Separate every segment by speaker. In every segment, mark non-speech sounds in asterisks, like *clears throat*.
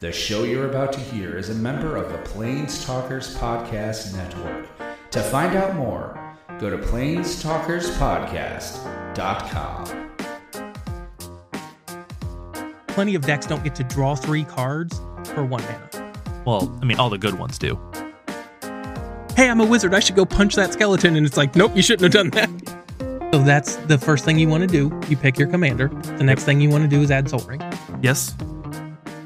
Speaker 1: The show you're about to hear is a member of the Plains Talkers Podcast Network. To find out more, go to planestalkerspodcast.com.
Speaker 2: Plenty of decks don't get to draw three cards for one mana.
Speaker 3: Well, I mean, all the good ones do.
Speaker 2: Hey, I'm a wizard. I should go punch that skeleton. And it's like, nope, you shouldn't have done that. *laughs* So that's the first thing you want to do. You pick your commander. The next thing you want to do is add Soul Ring.
Speaker 3: Yes.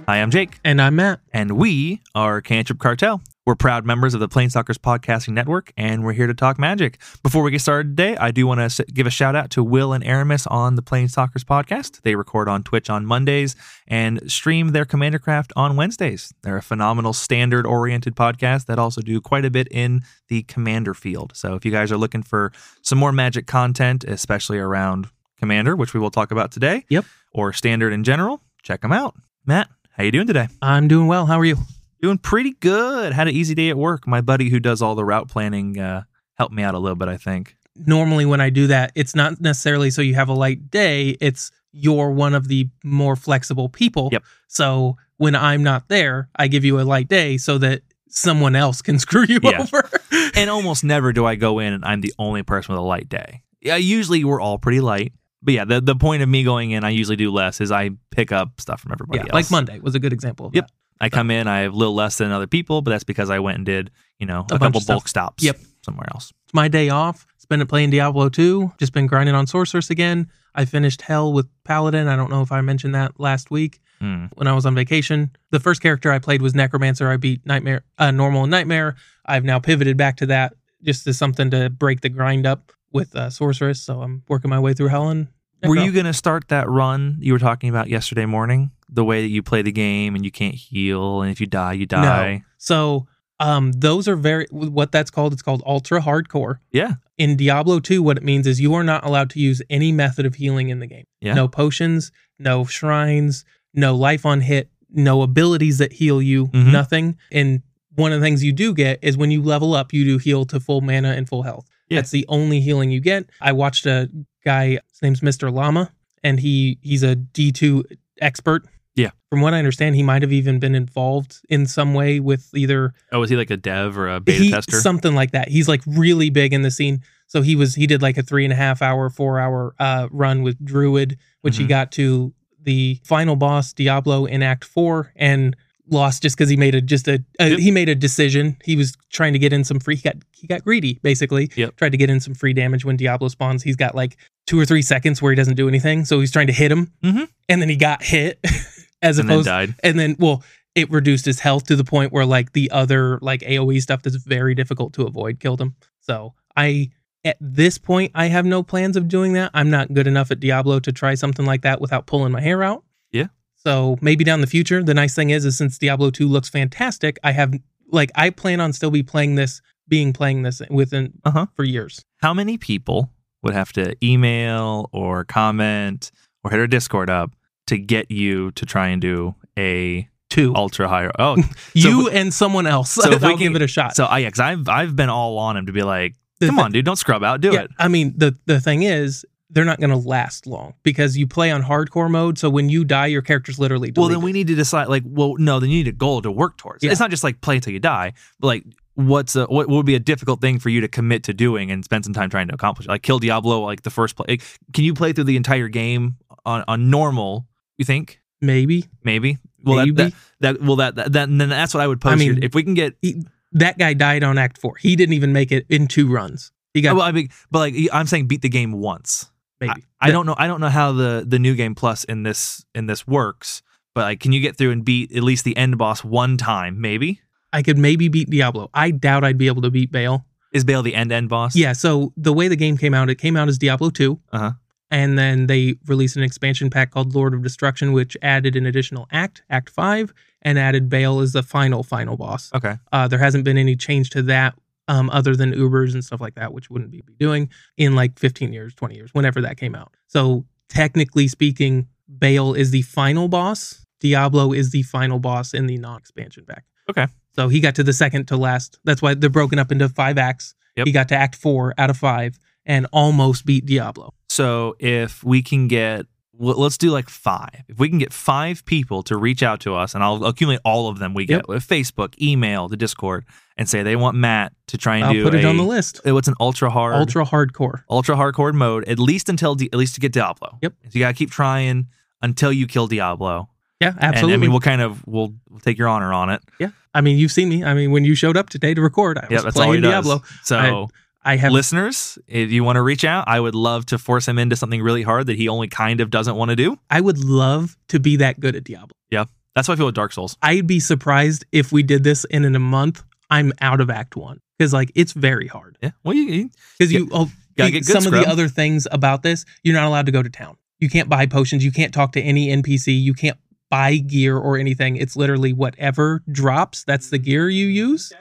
Speaker 3: Hi, I'm Jake,
Speaker 2: And I'm Matt.
Speaker 3: and we are Cantrip Cartel. We're proud members of the Planestalkers Podcasting Network, and we're here to talk magic. Before we get started today, I do want to give a shout out to Will and Aramis on the Planestalkers Podcast. They record on Twitch on Mondays and stream their Commander Craft on Wednesdays. They're a phenomenal standard oriented podcast that also do quite a bit in the Commander field. So if you guys are looking for some more magic content, especially around Commander, which we will talk about today,
Speaker 2: Yep.
Speaker 3: or standard in general, check them out. Matt, how you doing today?
Speaker 2: I'm doing well. How are you?
Speaker 3: Doing pretty good. Had an easy day at work. My buddy who does all the route planning uh, helped me out a little bit, I think.
Speaker 2: Normally, when I do that, it's not necessarily so you have a light day, it's you're one of the more flexible people.
Speaker 3: Yep.
Speaker 2: So when I'm not there, I give you a light day so that someone else can *laughs* screw you
Speaker 3: Yeah.
Speaker 2: over.
Speaker 3: And almost never do I go in and I'm the only person with a light day. Yeah, usually we're all pretty light. But yeah, the, the point of me going in, I usually do less, is I pick up stuff from everybody
Speaker 2: yeah,
Speaker 3: else.
Speaker 2: like Monday was a good example of
Speaker 3: Yep.
Speaker 2: that.
Speaker 3: I come in, I have a little less than other people, but that's because I went and did, you know,
Speaker 2: A
Speaker 3: a,
Speaker 2: bunch
Speaker 3: couple
Speaker 2: of stuff.
Speaker 3: bulk stops
Speaker 2: Yep.
Speaker 3: somewhere else.
Speaker 2: It's my day off. Spent it playing Diablo 2. Just been grinding on Sorceress again. I finished Hell with Paladin. I don't know if I mentioned that last week
Speaker 3: Mm.
Speaker 2: when I was on vacation. The first character I played was Necromancer. I beat Nightmare, uh, Normal and Nightmare. I've now pivoted back to that just as something to break the grind up with uh, Sorceress. So I'm working my way through Hell and
Speaker 3: Were
Speaker 2: Necro.
Speaker 3: you going to start that run you were talking about yesterday morning? The way that you play the game and you can't heal, and if you die, you die.
Speaker 2: So um, those are very what that's called. It's called ultra hardcore.
Speaker 3: Yeah.
Speaker 2: In Diablo 2, what it means is you are not allowed to use any method of healing in the game.
Speaker 3: Yeah.
Speaker 2: No potions, no shrines, no life on hit, no abilities that heal you,
Speaker 3: Mhm.
Speaker 2: nothing. And one of the things you do get is when you level up, you do heal to full mana and full health.
Speaker 3: Yeah.
Speaker 2: That's the only healing you get. I watched a guy, his name's Mr. Llama, and he he's a D2 expert.
Speaker 3: Yeah.
Speaker 2: From what I understand, he might have even been involved in some way with either
Speaker 3: Oh, was he like a dev or a beta
Speaker 2: he,
Speaker 3: tester?
Speaker 2: something like that. He's like really big in the scene. So he was he did like a three and a half hour, four hour uh, run with Druid, which he
Speaker 3: Mhm.
Speaker 2: got to the final boss Diablo in Act Four and lost just because he made a just a, a
Speaker 3: Yep.
Speaker 2: he made a decision. He was trying to get in some free. He got he got greedy basically.
Speaker 3: Yep.
Speaker 2: Tried to get in some free damage when Diablo spawns. He's got like two or three seconds where he doesn't do anything. So he's trying to hit him,
Speaker 3: Mhm.
Speaker 2: and then he got hit. *laughs* as
Speaker 3: and then
Speaker 2: opposed,
Speaker 3: died.
Speaker 2: and then well it reduced his health to the point where like the other like aoe stuff that's very difficult to avoid killed him so i at this point i have no plans of doing that i'm not good enough at diablo to try something like that without pulling my hair out
Speaker 3: Yeah.
Speaker 2: so maybe down the future the nice thing is is since diablo 2 looks fantastic i have like i plan on still be playing this being playing this within
Speaker 3: Uh-huh.
Speaker 2: for years
Speaker 3: How many people would have to email or comment or hit our Discord up to get you to try and do a
Speaker 2: two
Speaker 3: ultra high? Oh,
Speaker 2: *laughs*
Speaker 3: so
Speaker 2: you
Speaker 3: if
Speaker 2: and someone else so
Speaker 3: so if
Speaker 2: *laughs*
Speaker 3: we
Speaker 2: i'll give
Speaker 3: can-
Speaker 2: it a shot
Speaker 3: so I, yeah, 'cause I've I've been all on him to be like,
Speaker 2: The
Speaker 3: come
Speaker 2: thi-
Speaker 3: on, dude, don't scrub out, do it.
Speaker 2: I mean, the the thing is, they're not going to last long because you play on hardcore mode. So when you die, your character's literally
Speaker 3: Well,
Speaker 2: deleted.
Speaker 3: then we need to decide. Like, well, no, then you need a goal to work towards.
Speaker 2: Yeah.
Speaker 3: It's not just like play until you die, but like, what's a, what would be a difficult thing for you to commit to doing and spend some time trying to accomplish? Like, kill Diablo, like the first play. like, can you play through the entire game on on normal? You think
Speaker 2: maybe
Speaker 3: maybe? Well,
Speaker 2: maybe
Speaker 3: That, that, that well that, that that then that's what I would post.
Speaker 2: I mean-
Speaker 3: here. if we can get
Speaker 2: that guy died on Act Four. He didn't even make it in two runs. He got
Speaker 3: well, I mean, but like I'm saying, beat the game once.
Speaker 2: maybe.
Speaker 3: I, I don't know. I don't know how the the new game plus in this in this works. But like, can you get through and beat at least the end boss one time? Maybe
Speaker 2: I could maybe beat Diablo. I doubt I'd be able to beat Bale.
Speaker 3: is Bale the end end boss?
Speaker 2: Yeah. So the way the game came out, it came out as Diablo Two.
Speaker 3: Uh-huh.
Speaker 2: And then they released an expansion pack called Lord of Destruction, which added an additional act, Act Five, and added Bale as the final final boss.
Speaker 3: Okay.
Speaker 2: Uh, there hasn't been any change to that um, other than Ubers and stuff like that, which wouldn't be doing in like 15 years, 20 years, whenever that came out. So technically speaking, Bale is the final boss. Diablo is the final boss in the non-expansion pack.
Speaker 3: Okay.
Speaker 2: So he got to the second to last. That's why they're broken up into five acts.
Speaker 3: Yep.
Speaker 2: He got to act four out of five and almost beat Diablo.
Speaker 3: So if we can get Well, let's do like five. If we can get five people to reach out to us, and I'll accumulate all of them we get
Speaker 2: Yep.
Speaker 3: with Facebook, email, the Discord, and say they want Matt to try and
Speaker 2: I'll
Speaker 3: do
Speaker 2: put it
Speaker 3: a-
Speaker 2: on the list.
Speaker 3: uh, What's an ultra hard,
Speaker 2: Ultra hardcore.
Speaker 3: ultra hardcore mode? At least until Di- at least to get Diablo.
Speaker 2: Yep.
Speaker 3: So you gotta keep trying until you kill Diablo.
Speaker 2: Yeah,
Speaker 3: And
Speaker 2: absolutely.
Speaker 3: I mean, we'll kind of we'll, we'll take your honor on it.
Speaker 2: you've seen me. I mean, when you showed up today to record, I was
Speaker 3: Yeah, that's all he
Speaker 2: playing
Speaker 3: does.
Speaker 2: Diablo.
Speaker 3: So.
Speaker 2: I- I have
Speaker 3: listeners, if you want to reach out, I would love to force him into something really hard that he only kind of doesn't want to do.
Speaker 2: I would love to be that good at Diablo.
Speaker 3: That's why I feel with Dark Souls.
Speaker 2: I'd be surprised if we did this and in a month I'm out of Act One because like it's very hard
Speaker 3: Yeah. Well, you, you
Speaker 2: because you oh,
Speaker 3: gotta get good
Speaker 2: some of
Speaker 3: scrub.
Speaker 2: the other things about this you're not allowed to go to town. You can't buy potions. You can't talk to any NPC. You can't buy gear or anything. It's literally whatever drops. That's the gear you use,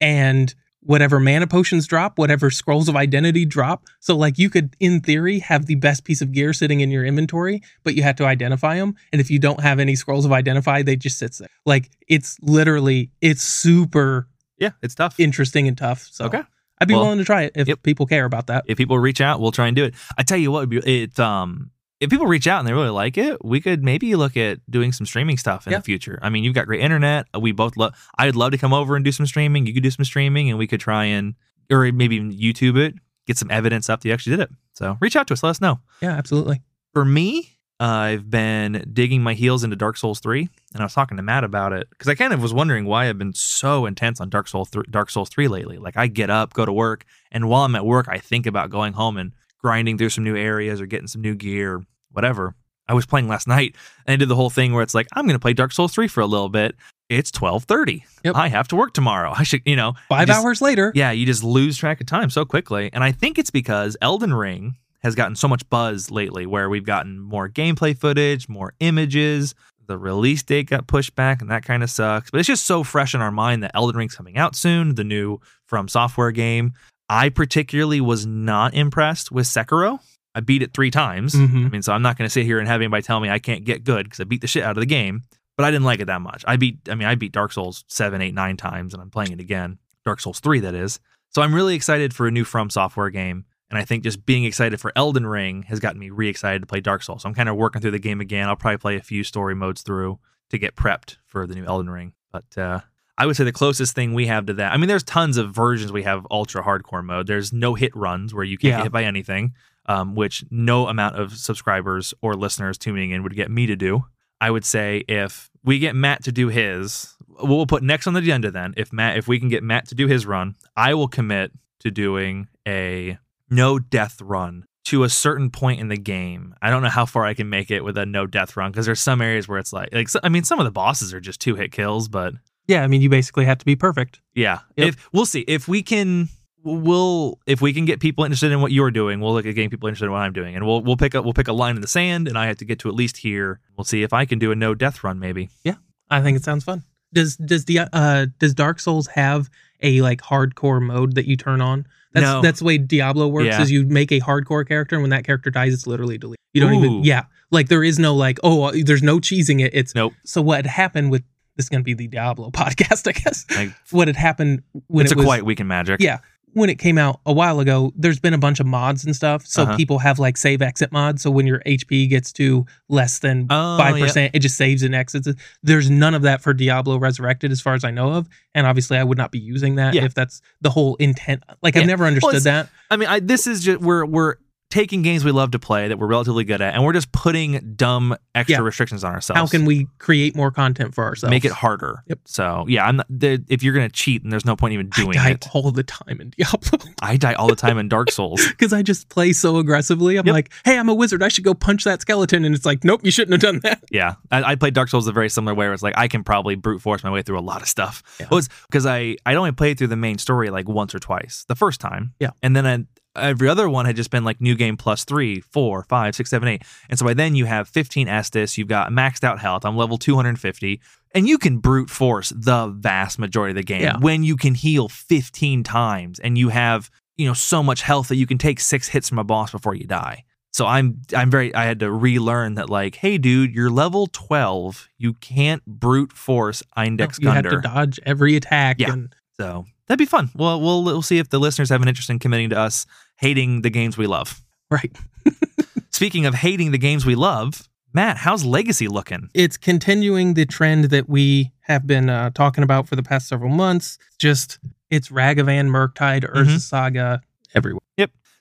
Speaker 2: and whatever mana potions drop, whatever scrolls of identity drop. So like you could in theory have the best piece of gear sitting in your inventory, but you have to identify them. And if you don't have any scrolls of identify, they just sits there. Like it's literally it's super
Speaker 3: yeah, it's tough.
Speaker 2: interesting and tough. So
Speaker 3: Okay.
Speaker 2: I'd be
Speaker 3: Well,
Speaker 2: willing to try it if
Speaker 3: yep.
Speaker 2: people care about that.
Speaker 3: if people reach out, we'll try and do it. I tell you what, would be- it um, if people reach out and they really like it, we could maybe look at doing some streaming stuff in
Speaker 2: Yeah.
Speaker 3: the future. I mean, you've got great internet. We both love. I'd love to come over and do some streaming. You could do some streaming, and we could try and or maybe even YouTube it, get some evidence up that you actually did it. So reach out to us. Let us know.
Speaker 2: Yeah, absolutely.
Speaker 3: for me, I've been digging my heels into Dark Souls 3, and I was talking to Matt about it because I kind of was wondering why I've been so intense on Dark Souls 3, Dark Souls 3 lately. Like I get up, go to work, and while I'm at work, I think about going home and grinding through some new areas or getting some new gear, whatever. I was playing last night and I did the whole thing where it's like I'm going to play Dark Souls 3 for a little bit. It's 12:30.
Speaker 2: Yep.
Speaker 3: I have to work tomorrow. I should, you know,
Speaker 2: Five
Speaker 3: just-
Speaker 2: hours later.
Speaker 3: yeah, you just lose track of time so quickly. And I think it's because Elden Ring has gotten so much buzz lately where we've gotten more gameplay footage, more images. The release date got pushed back and that kind of sucks. But it's just so fresh in our mind that Elden Ring's coming out soon, the new From Software game. I particularly was not impressed with Sekiro. I beat it three times.
Speaker 2: Mhm.
Speaker 3: I mean, so I'm not going to sit here and have anybody tell me I can't get good because I beat the shit out of the game. But I didn't like it that much. I beat, I mean, I beat Dark Souls seven, eight, nine times, and I'm playing it again. Dark Souls three, that is. So I'm really excited for a new From Software game, and I think just being excited for Elden Ring has gotten me re-excited to play Dark Souls. So I'm kind of working through the game again. I'll probably play a few story modes through to get prepped for the new Elden Ring. But uh, I would say the closest thing we have to that. I mean, there's tons of versions we have ultra hardcore mode. There's no hit runs where you can't
Speaker 2: Yeah.
Speaker 3: get hit by anything, um, which no amount of subscribers or listeners tuning in would get me to do. I would say if we get Matt to do his, we'll we'll put next on the agenda then. If Matt, if we can get Matt to do his run, I will commit to doing a no death run to a certain point in the game. I don't know how far I can make it with a no death run because there's some areas where it's like, like so- I mean, some of the bosses are just two hit kills, but
Speaker 2: Yeah, I mean, you basically have to be perfect.
Speaker 3: yeah,
Speaker 2: Yep.
Speaker 3: if we'll see if we can, we'll if we can get people interested in what you're doing, we'll look at getting people interested in what I'm doing, and we'll we'll pick up we'll pick a line in the sand, and I have to get to at least here. We'll see if I can do a no death run, maybe.
Speaker 2: I think it sounds fun. Does does the uh does Dark Souls have a like hardcore mode that you turn on? That's
Speaker 3: No.
Speaker 2: that's the way Diablo works.
Speaker 3: Yeah.
Speaker 2: Is you make a hardcore character, and when that character dies, it's literally deleted. You don't
Speaker 3: Ooh.
Speaker 2: even yeah. Like there is no like oh uh, there's no cheesing it. It's
Speaker 3: Nope.
Speaker 2: So what happened with this is gonna be the Diablo *laughs* podcast, I guess.
Speaker 3: Like,
Speaker 2: What had happened when
Speaker 3: it's
Speaker 2: it
Speaker 3: a
Speaker 2: was
Speaker 3: quiet week in magic.
Speaker 2: Yeah. when it came out a while ago, there's been a bunch of mods and stuff. So
Speaker 3: Uh-huh.
Speaker 2: people have like save exit mods. So when your HP gets to less than
Speaker 3: Oh,
Speaker 2: five
Speaker 3: yeah.
Speaker 2: percent. It just saves and exits. There's none of that for Diablo Resurrected, as far as I know of. And obviously, I would not be using that
Speaker 3: Yeah.
Speaker 2: if that's the whole intent. Like
Speaker 3: Yeah.
Speaker 2: I've never understood
Speaker 3: it's-
Speaker 2: that.
Speaker 3: I mean, I, this is just we're we're taking games we love to play that we're relatively good at, and we're just putting dumb extra
Speaker 2: Yeah.
Speaker 3: restrictions on ourselves.
Speaker 2: How can we create more content for ourselves?
Speaker 3: make it harder?
Speaker 2: Yep.
Speaker 3: So yeah, I'm not, there, if you're gonna cheat, and there's no point even doing
Speaker 2: I die
Speaker 3: it.
Speaker 2: all the time in Diablo *laughs*
Speaker 3: I die all the time in Dark Souls.
Speaker 2: because I just play so aggressively. I'm
Speaker 3: Yep.
Speaker 2: like, hey, I'm a wizard. I should go punch that skeleton, and it's like, nope, you shouldn't have done that.
Speaker 3: Yeah, I, I played Dark Souls a very similar way. Where it's like I can probably brute force my way through a lot of stuff.
Speaker 2: Yeah.
Speaker 3: It was because I I only played through the main story like once or twice the first time.
Speaker 2: Yeah.
Speaker 3: and then I, every other one had just been like new game plus three, four, five, six, seven, eight. And so by then you have fifteen Estus, you've got maxed out health. I'm level two hundred and fifty, and you can brute force the vast majority of the game
Speaker 2: Yeah.
Speaker 3: when you can heal fifteen times and you have you know so much health that you can take six hits from a boss before you die. So I'm I'm very I had to relearn that like, hey dude, you're level twelve. You can't brute force Index
Speaker 2: you
Speaker 3: Gunder.
Speaker 2: have to dodge every attack.
Speaker 3: Yeah.
Speaker 2: and
Speaker 3: So that'd be fun. Well, we'll we'll see if the listeners have an interest in committing to us hating the games we love.
Speaker 2: right.
Speaker 3: Speaking of hating the games we love, Matt, how's Legacy looking?
Speaker 2: It's continuing the trend that we have been uh, talking about for the past several months. Just it's Ragavan, Murktide, Urza
Speaker 3: Mhm.
Speaker 2: Saga everywhere.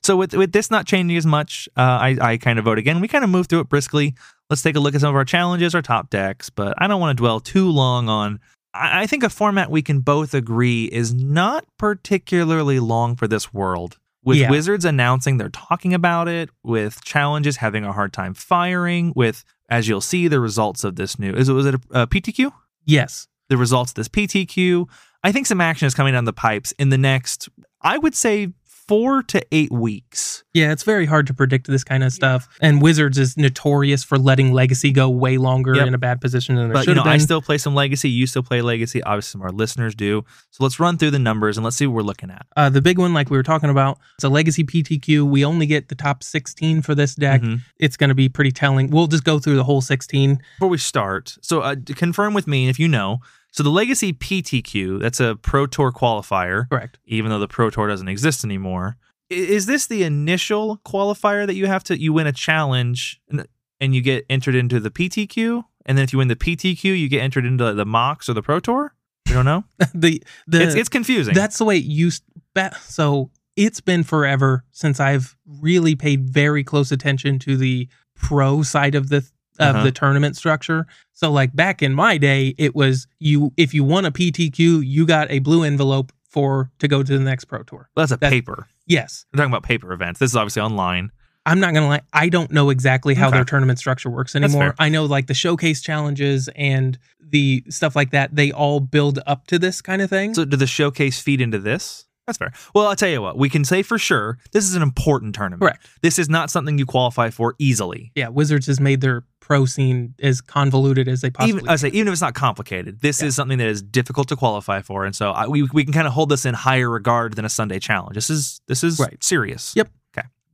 Speaker 3: So with with this not changing as much, uh, I I kind of vote again. We kind of move through it briskly. Let's take a look at some of our challenges, our top decks, but I don't want to dwell too long on. I, I think a format we can both agree is not particularly long for this world. With
Speaker 2: Yeah.
Speaker 3: Wizards announcing they're talking about it, with challenges having a hard time firing, with as you'll see the results of this new is it was it a, a PTQ?
Speaker 2: Yes.
Speaker 3: the results of this PTQ. I think some action is coming down the pipes in the next, I would say, four to eight weeks.
Speaker 2: Yeah, it's very hard to predict this kind of stuff. And Wizards is notorious for letting Legacy go way longer
Speaker 3: Yep.
Speaker 2: in a bad position than it
Speaker 3: But you
Speaker 2: should
Speaker 3: know,
Speaker 2: have
Speaker 3: I
Speaker 2: been.
Speaker 3: still play some Legacy. You still play Legacy. Obviously, some of our listeners do. So let's run through the numbers and let's see what we're looking at.
Speaker 2: uh, the big one, like we were talking about, it's a Legacy PTQ. We only get the top 16 for this deck.
Speaker 3: Mhm.
Speaker 2: It's going to be pretty telling. We'll just go through the whole 16.
Speaker 3: Before we start, so uh, to confirm with me if you know. So the Legacy PTQ, that's a Pro Tour qualifier,
Speaker 2: Correct.
Speaker 3: even though the Pro Tour doesn't exist anymore. I- Is this the initial qualifier that you have to? You win a challenge and- and you get entered into the PTQ, and then if you win the PTQ, you get entered into the Mox or the Pro Tour. We don't know.
Speaker 2: *laughs* the the
Speaker 3: it's it's confusing.
Speaker 2: That's the way it used. That, so it's been forever since I've really paid very close attention to the pro side of the of
Speaker 3: Uh-huh.
Speaker 2: the tournament structure. So like back in my day, it was you if you won a PTQ, you got a blue envelope for to go to the next pro tour.
Speaker 3: Well, that's a
Speaker 2: that-
Speaker 3: paper.
Speaker 2: Yes,
Speaker 3: We're talking about paper events. This is obviously online.
Speaker 2: I'm not gonna lie. I don't know exactly how
Speaker 3: Okay.
Speaker 2: their tournament structure works
Speaker 3: That's fair.
Speaker 2: anymore. I know like the showcase challenges and the stuff like that. They all build up to this kind of thing.
Speaker 3: So did the showcase feed into this? That's fair. Well, I'll tell you what. We can say for sure this is an important tournament.
Speaker 2: Correct.
Speaker 3: This is not something you qualify for easily.
Speaker 2: yeah, Wizards has made their pro scene as convoluted as they possibly
Speaker 3: even I say even if it's not complicated, this
Speaker 2: Yeah.
Speaker 3: is something that is difficult to qualify for, and so I, we we can kind of hold this in higher regard than a Sunday challenge. This is this is
Speaker 2: Right.
Speaker 3: serious.
Speaker 2: Yep.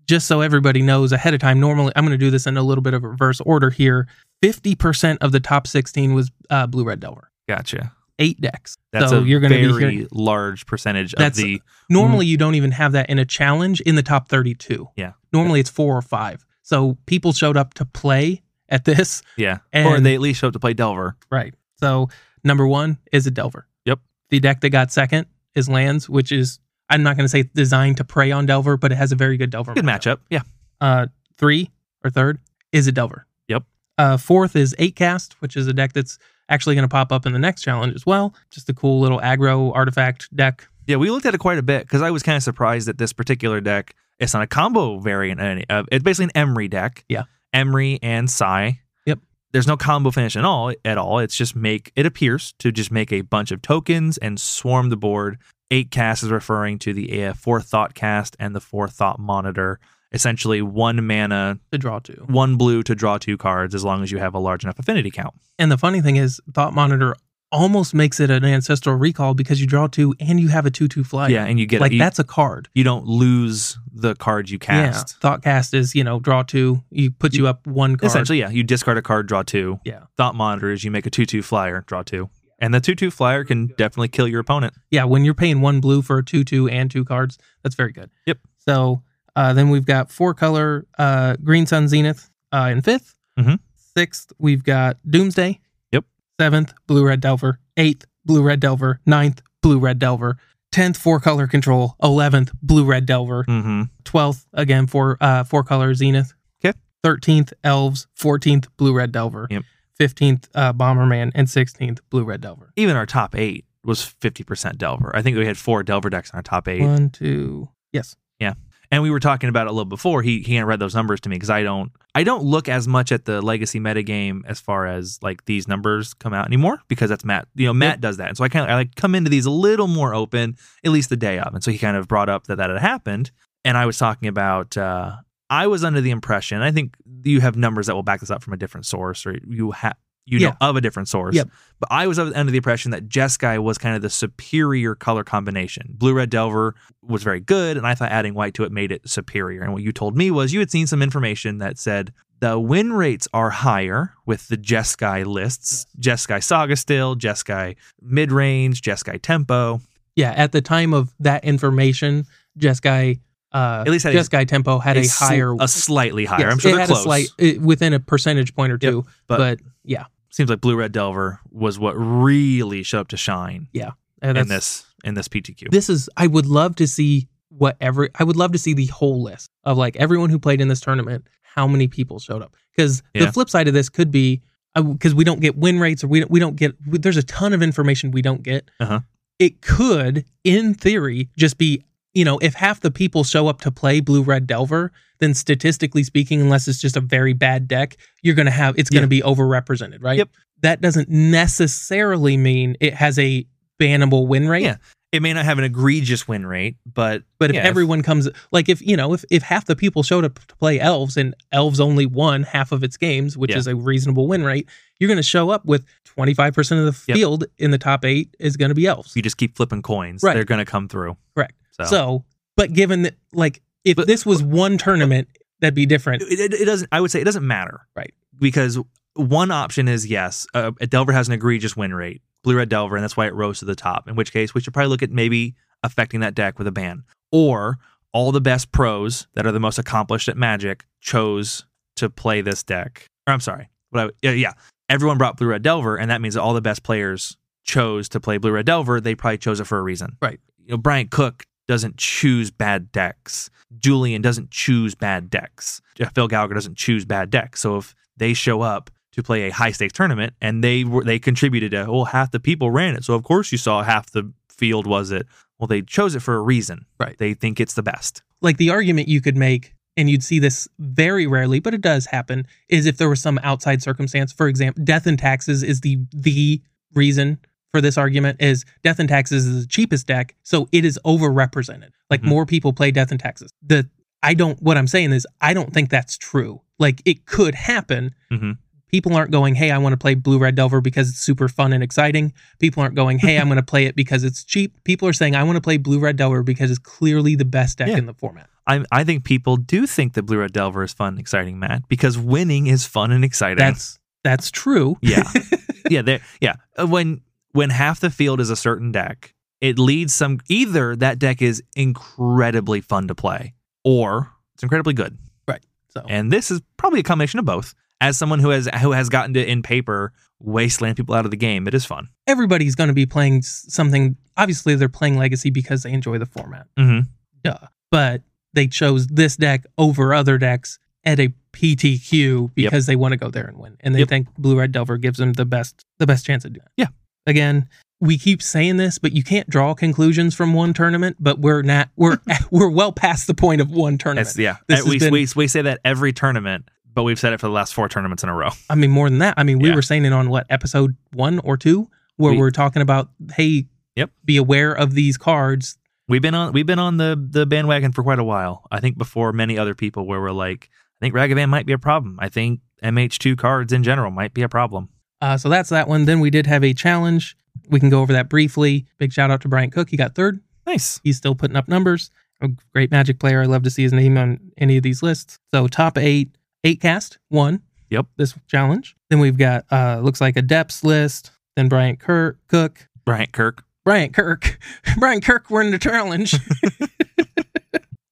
Speaker 2: just so everybody knows ahead of time, normally I'm going to do this in a little bit of reverse order here. 50% of the top 16 was uh, Blue Red Delver,
Speaker 3: Gotcha.
Speaker 2: eight decks.
Speaker 3: That's
Speaker 2: so
Speaker 3: a
Speaker 2: you're going to be
Speaker 3: very
Speaker 2: hearing,
Speaker 3: large percentage of
Speaker 2: That's-
Speaker 3: the.
Speaker 2: normally you don't even have that in a challenge in the top 32.
Speaker 3: Yeah.
Speaker 2: Normally it's four or five. So people showed up to play at this.
Speaker 3: *laughs* Yeah.
Speaker 2: And,
Speaker 3: or they at least show up to play Delver.
Speaker 2: right. So number one is a Delver.
Speaker 3: Yep.
Speaker 2: The deck that got second is Lands, which is, I'm not going to say it's designed to prey on Delver, but it has a very good Delver
Speaker 3: Good matchup. Yeah.
Speaker 2: Uh, three or third is a Delver.
Speaker 3: Yep.
Speaker 2: Uh, fourth is Eight Cast, which is a deck that's actually going to pop up in the next challenge as well. Just a cool little aggro artifact deck.
Speaker 3: Yeah. We looked at it quite a bit because I was kind of surprised that this particular deck. It's not a combo variant. of any- of- It's basically an Emery deck.
Speaker 2: Yeah.
Speaker 3: Emery and Psy.
Speaker 2: Yep.
Speaker 3: There's no combo finish at all. At all. It's just make. It appears to just make a bunch of tokens and swarm the board. Eight cast is referring to the uh, forethought cast and the forethought monitor. Essentially, one mana,
Speaker 2: to draw two.
Speaker 3: one blue to draw two cards as long as you have a large enough affinity count.
Speaker 2: And the funny thing is, Thought Monitor almost makes it an ancestral recall because you draw two and you have a two-two flyer.
Speaker 3: yeah, and you get
Speaker 2: Oh, like
Speaker 3: you,
Speaker 2: that's a card.
Speaker 3: You don't lose the card you cast.
Speaker 2: Yeah. Thought Cast is you know draw two. You put you up one card.
Speaker 3: Essentially, yeah. You discard a card, draw two.
Speaker 2: Yeah.
Speaker 3: Thought monitors, you make a 2 2 flyer, draw two. And the 2 2 flyer can definitely kill your opponent.
Speaker 2: yeah, when you're paying one blue for a two two and two cards, that's very good.
Speaker 3: Yep.
Speaker 2: So uh, then we've got four color uh, Green Sun Zenith uh, in 5th
Speaker 3: Mhm.
Speaker 2: Sixth, we've got Doomsday.
Speaker 3: Yep.
Speaker 2: Seventh, Blue Red Delver. Eighth, Blue Red Delver. Ninth, Blue Red Delver. Tenth, four color control. Eleventh, Blue Red Delver.
Speaker 3: Mm hmm.
Speaker 2: Twelfth, again four uh, four color Zenith.
Speaker 3: Okay.
Speaker 2: Thirteenth, Elves. Fourteenth, Blue Red Delver.
Speaker 3: Yep.
Speaker 2: Fifteenth, uh, Bomberman, and sixteenth, Blue Red Delver.
Speaker 3: Even our top eight was 50% Delver. I think we had four Delver decks in our top eight.
Speaker 2: One, two, yes.
Speaker 3: And we were talking about it a little before. He he had read those numbers to me because I don't I don't look as much at the legacy metagame as far as like these numbers come out anymore because that's Matt. You know, Matt does that. And so I kind of I like come into these a little more open, at least the day of. And so he kind of brought up that that had happened. And I was talking about uh I was under the impression, I think you have numbers that will back this up from a different source or you have you know
Speaker 2: Yeah.
Speaker 3: of a different source.
Speaker 2: Yep.
Speaker 3: But I was under the impression that Jeskai was kind of the superior color combination. Blue red Delver was very good, and I thought adding white to it made it superior. And what you told me was you had seen some information that said the win rates are higher with the Jeskai lists, Jeskai Saga still, Jeskai mid range, Jeskai tempo.
Speaker 2: yeah, at the time of that information, Jeskai uh,
Speaker 3: At least had a-
Speaker 2: Just Guy Tempo had a,
Speaker 3: sl-
Speaker 2: higher.
Speaker 3: a slightly higher.
Speaker 2: Yes,
Speaker 3: I'm sure
Speaker 2: it
Speaker 3: they're
Speaker 2: had
Speaker 3: close.
Speaker 2: A slight, it- within a percentage point or
Speaker 3: Yep,
Speaker 2: two,
Speaker 3: but-
Speaker 2: but, yeah,
Speaker 3: Seems like Blue Red Delver was what really showed up to shine
Speaker 2: Uh,
Speaker 3: in
Speaker 2: that's-
Speaker 3: this in this PTQ.
Speaker 2: This is. I would love to see what every. I would love to see the whole list of like everyone who played in this tournament. How many people showed up? Because
Speaker 3: Yeah.
Speaker 2: the flip side of this could be because we don't get win rates or we don't, we don't get. We, there's a ton of information we don't get.
Speaker 3: Uh-huh.
Speaker 2: It could, in theory, just be you know if half the people show up to play blue red delver then statistically speaking unless it's just a very bad deck you're going to have it's going
Speaker 3: Yeah.
Speaker 2: to be overrepresented right
Speaker 3: Yep.
Speaker 2: that doesn't necessarily mean it has a bannable win rate
Speaker 3: Yeah. it may not have an egregious win rate, but
Speaker 2: But if
Speaker 3: Yeah, if-
Speaker 2: everyone comes, like if you know, if if half the people showed up to play elves and elves only won half of its games, which
Speaker 3: Yeah.
Speaker 2: is a reasonable win rate, you're going to show up with 25 percent of the
Speaker 3: Yep.
Speaker 2: field in the top eight is going to be elves.
Speaker 3: you just keep flipping coins.
Speaker 2: Right.
Speaker 3: They're going to come through.
Speaker 2: Correct.
Speaker 3: So,
Speaker 2: So, but given that, like, if
Speaker 3: But-
Speaker 2: this was one tournament, that'd be different.
Speaker 3: it, it, it doesn't. I would say it doesn't matter,
Speaker 2: Right.
Speaker 3: Because one option is yes, uh, Delver has an egregious win rate, Blue Red Delver, and that's why it rose to the top. In which case, we should probably look at maybe affecting that deck with a ban, or all the best pros that are the most accomplished at Magic chose to play this deck. Or I'm sorry, but I, yeah, yeah, everyone brought Blue Red Delver, and that means that all the best players chose to play Blue Red Delver. They probably chose it for a reason,
Speaker 2: Right.
Speaker 3: You know, Brian Cook doesn't choose bad decks. Julian doesn't choose bad decks. Phil Gallagher doesn't choose bad decks. So if they show up to play a high stakes tournament and they were they contributed to well half the people ran it, so of course you saw half the field was it. Well, they chose it for a reason.
Speaker 2: Right.
Speaker 3: They think it's the best.
Speaker 2: Like the argument you could make, and you'd see this very rarely, but it does happen, is if there was some outside circumstance. For example, death and taxes is the the reason for this argument is Death and Taxes is the cheapest deck, so it is overrepresented. Like
Speaker 3: Mhm.
Speaker 2: more people play Death and Taxes. The I don't what I'm saying is I don't think that's true. Like it could happen.
Speaker 3: Mhm.
Speaker 2: People aren't going, hey, I want to play Blue Red Delver because it's super fun and exciting. People aren't going, hey, I'm going to play it because it's cheap. People are saying, I want to play Blue Red Delver because it's clearly the best deck
Speaker 3: Yeah.
Speaker 2: in the format.
Speaker 3: I I think people do think that Blue Red Delver is fun and exciting, Matt, because winning is fun and exciting.
Speaker 2: That's that's true. *laughs*
Speaker 3: Yeah. yeah, there yeah. Uh, When when half the field is a certain deck, it leads some either that deck is incredibly fun to play or it's incredibly good.
Speaker 2: So
Speaker 3: And this is probably a combination of both. As someone who has who has gotten to in paper wasteland people out of the game, it is fun.
Speaker 2: everybody's going to be playing s- something. Obviously, they're playing Legacy because they enjoy the format.
Speaker 3: Mm-hmm.
Speaker 2: duh. But they chose this deck over other decks at a PTQ because they want to go there and win, and they
Speaker 3: Yep.
Speaker 2: think Blue Red Delver gives them the best the best chance of doing. it.
Speaker 3: Yeah.
Speaker 2: Again, we keep saying this, but you can't draw conclusions from one tournament. But we're not we're *laughs* we're well past the point of one tournament.
Speaker 3: That's yeah.
Speaker 2: This
Speaker 3: At-
Speaker 2: has
Speaker 3: we,
Speaker 2: been-
Speaker 3: we we say that every tournament, but we've said it for the last four tournaments in a row.
Speaker 2: I mean, more than that. I mean, we
Speaker 3: Yeah.
Speaker 2: were saying it on what episode one or two where
Speaker 3: We-
Speaker 2: we, are talking about hey,
Speaker 3: Yep.
Speaker 2: be aware of these cards.
Speaker 3: We've been on we've been on the the bandwagon for quite a while. I think before many other people where we're like, I think Ragavan might be a problem. I think MH2 cards in general might be a problem.
Speaker 2: Uh, so that's that one. Then we did have a challenge. We can go over that briefly. Big shout out to Brian Cook. He got third.
Speaker 3: Nice.
Speaker 2: he's still putting up numbers. A great magic player. I love to see his name on any of these lists. So top eight, eight cast, one.
Speaker 3: Yep.
Speaker 2: This challenge. Then we've got uh looks like a depths list, then Bryant Kirk Cook.
Speaker 3: Bryant Kirk.
Speaker 2: Bryant Kirk. *laughs* Bryant Kirk, we're in the challenge. *laughs*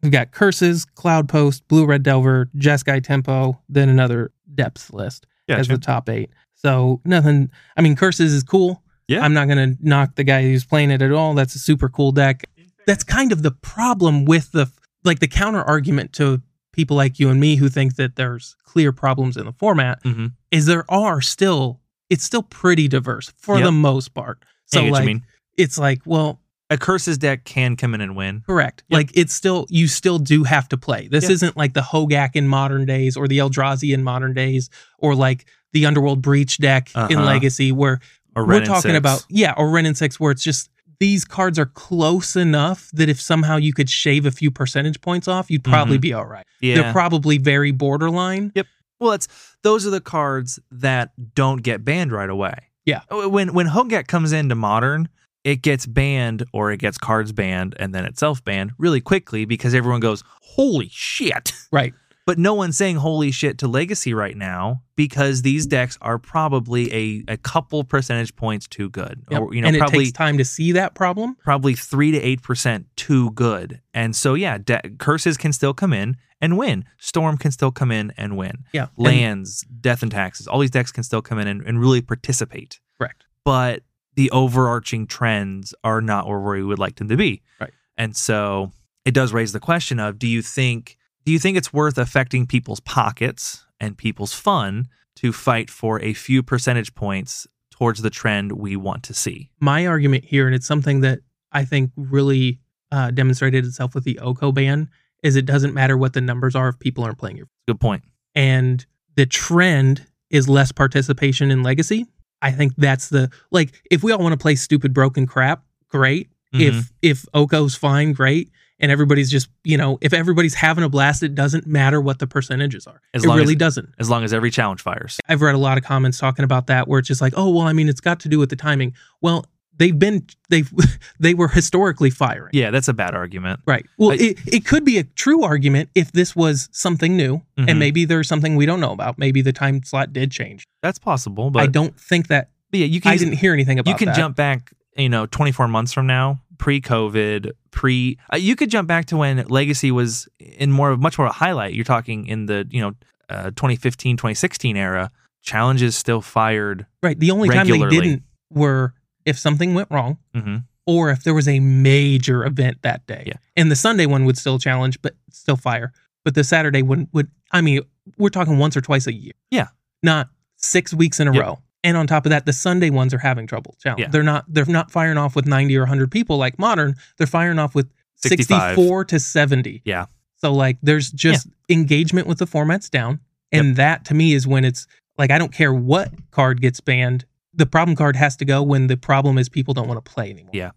Speaker 2: we've got curses, cloud post, blue red delver, Jeskai tempo, then another depths list as the top eight. So nothing. I mean, curses is cool.
Speaker 3: Yeah.
Speaker 2: I'm not gonna knock the guy who's playing it at all. That's a super cool deck. That's kind of the problem with the like the counter argument to people like you and me who think that there's clear problems in the format
Speaker 3: Mhm.
Speaker 2: is there are still it's still pretty diverse for
Speaker 3: Yep.
Speaker 2: the most part.
Speaker 3: I
Speaker 2: So
Speaker 3: get what
Speaker 2: like
Speaker 3: you mean.
Speaker 2: it's like well
Speaker 3: A curses deck can come in and win.
Speaker 2: Correct.
Speaker 3: Yep.
Speaker 2: Like it's still you still do have to play. This
Speaker 3: Yeah.
Speaker 2: isn't like the Hogak in modern days or the Eldrazi in modern days or like the Underworld Breach deck
Speaker 3: Uh-huh.
Speaker 2: in Legacy where
Speaker 3: Or
Speaker 2: we're
Speaker 3: Ren and
Speaker 2: talking
Speaker 3: Six.
Speaker 2: about yeah, or Ren and Six where it's just these cards are close enough that if somehow you could shave a few percentage points off, you'd probably be all right.
Speaker 3: Mm-hmm. yeah.
Speaker 2: They're probably very borderline.
Speaker 3: Well, it's those are the cards that don't get banned right away. Oh,
Speaker 2: Yeah.
Speaker 3: When when Hogak comes into modern, it gets banned or it gets cards banned and then itself banned really quickly because everyone goes, "Holy shit."
Speaker 2: Right.
Speaker 3: But no one's saying holy shit to Legacy right now because these decks are probably a, a couple percentage points too good.
Speaker 2: Yep.
Speaker 3: Or, you know,
Speaker 2: and it
Speaker 3: probably
Speaker 2: takes time to see that problem.
Speaker 3: probably three to eight percent too good. And so yeah, de- curses can still come in and win. Storm can still come in and win.
Speaker 2: Yeah. and-
Speaker 3: Lands, death and taxes, all these decks can still come in and, and really participate.
Speaker 2: Correct.
Speaker 3: But the overarching trends are not where we would like them to be.
Speaker 2: Right.
Speaker 3: And so it does raise the question of do you think do you think it's worth affecting people's pockets and people's fun to fight for a few percentage points towards the trend we want to see?
Speaker 2: my argument here, and it's something that I think really uh, demonstrated itself with the Oko ban, is it doesn't matter what the numbers are if people aren't playing it.
Speaker 3: Good point.
Speaker 2: And the trend is less participation in legacy. I think that's the like if we all want to play stupid broken crap, great.
Speaker 3: Mhm.
Speaker 2: If if Oko's fine, great. And everybody's just you know if everybody's having a blast, it doesn't matter what the percentages are.
Speaker 3: As
Speaker 2: it
Speaker 3: long as-
Speaker 2: really doesn't.
Speaker 3: as long as every challenge fires.
Speaker 2: I've read a lot of comments talking about that where it's just like, oh well, I mean, it's got to do with the timing. Well, they've been they've *laughs* they were historically firing.
Speaker 3: Yeah, that's a bad argument.
Speaker 2: Right. Well,
Speaker 3: I-
Speaker 2: it, it could be a true argument if this was something new
Speaker 3: Mhm.
Speaker 2: and maybe there's something we don't know about. Maybe the time slot did change.
Speaker 3: That's possible, but
Speaker 2: I don't think that
Speaker 3: but yeah, you can
Speaker 2: I didn't hear anything about
Speaker 3: you can
Speaker 2: that.
Speaker 3: jump back, you know, 24 months from now, pre-COVID, pre uh, you could jump back to when Legacy was in more of much more of a highlight. You're talking in the, you know, uh, 2015, 2016 era, challenges still fired.
Speaker 2: Right. The only time
Speaker 3: regularly.
Speaker 2: they didn't were if something went wrong
Speaker 3: hmm
Speaker 2: or if there was a major event that day.
Speaker 3: Yeah.
Speaker 2: And the Sunday one would still challenge, but still fire. But the Saturday one would, I mean, we're talking once or twice a year.
Speaker 3: Yeah.
Speaker 2: Not six weeks in a
Speaker 3: Yep.
Speaker 2: row. And on top of that, the Sunday ones are having trouble. Challenge.
Speaker 3: Yeah.
Speaker 2: They're not they're not firing off with 90 or 100 people like modern. They're firing off with
Speaker 3: 65.
Speaker 2: 64 to 70.
Speaker 3: Yeah.
Speaker 2: So like there's just engagement with the formats down. And that to me is when it's like I don't care what card gets banned. The problem card has to go when the problem is people don't want to play anymore.
Speaker 3: Yeah.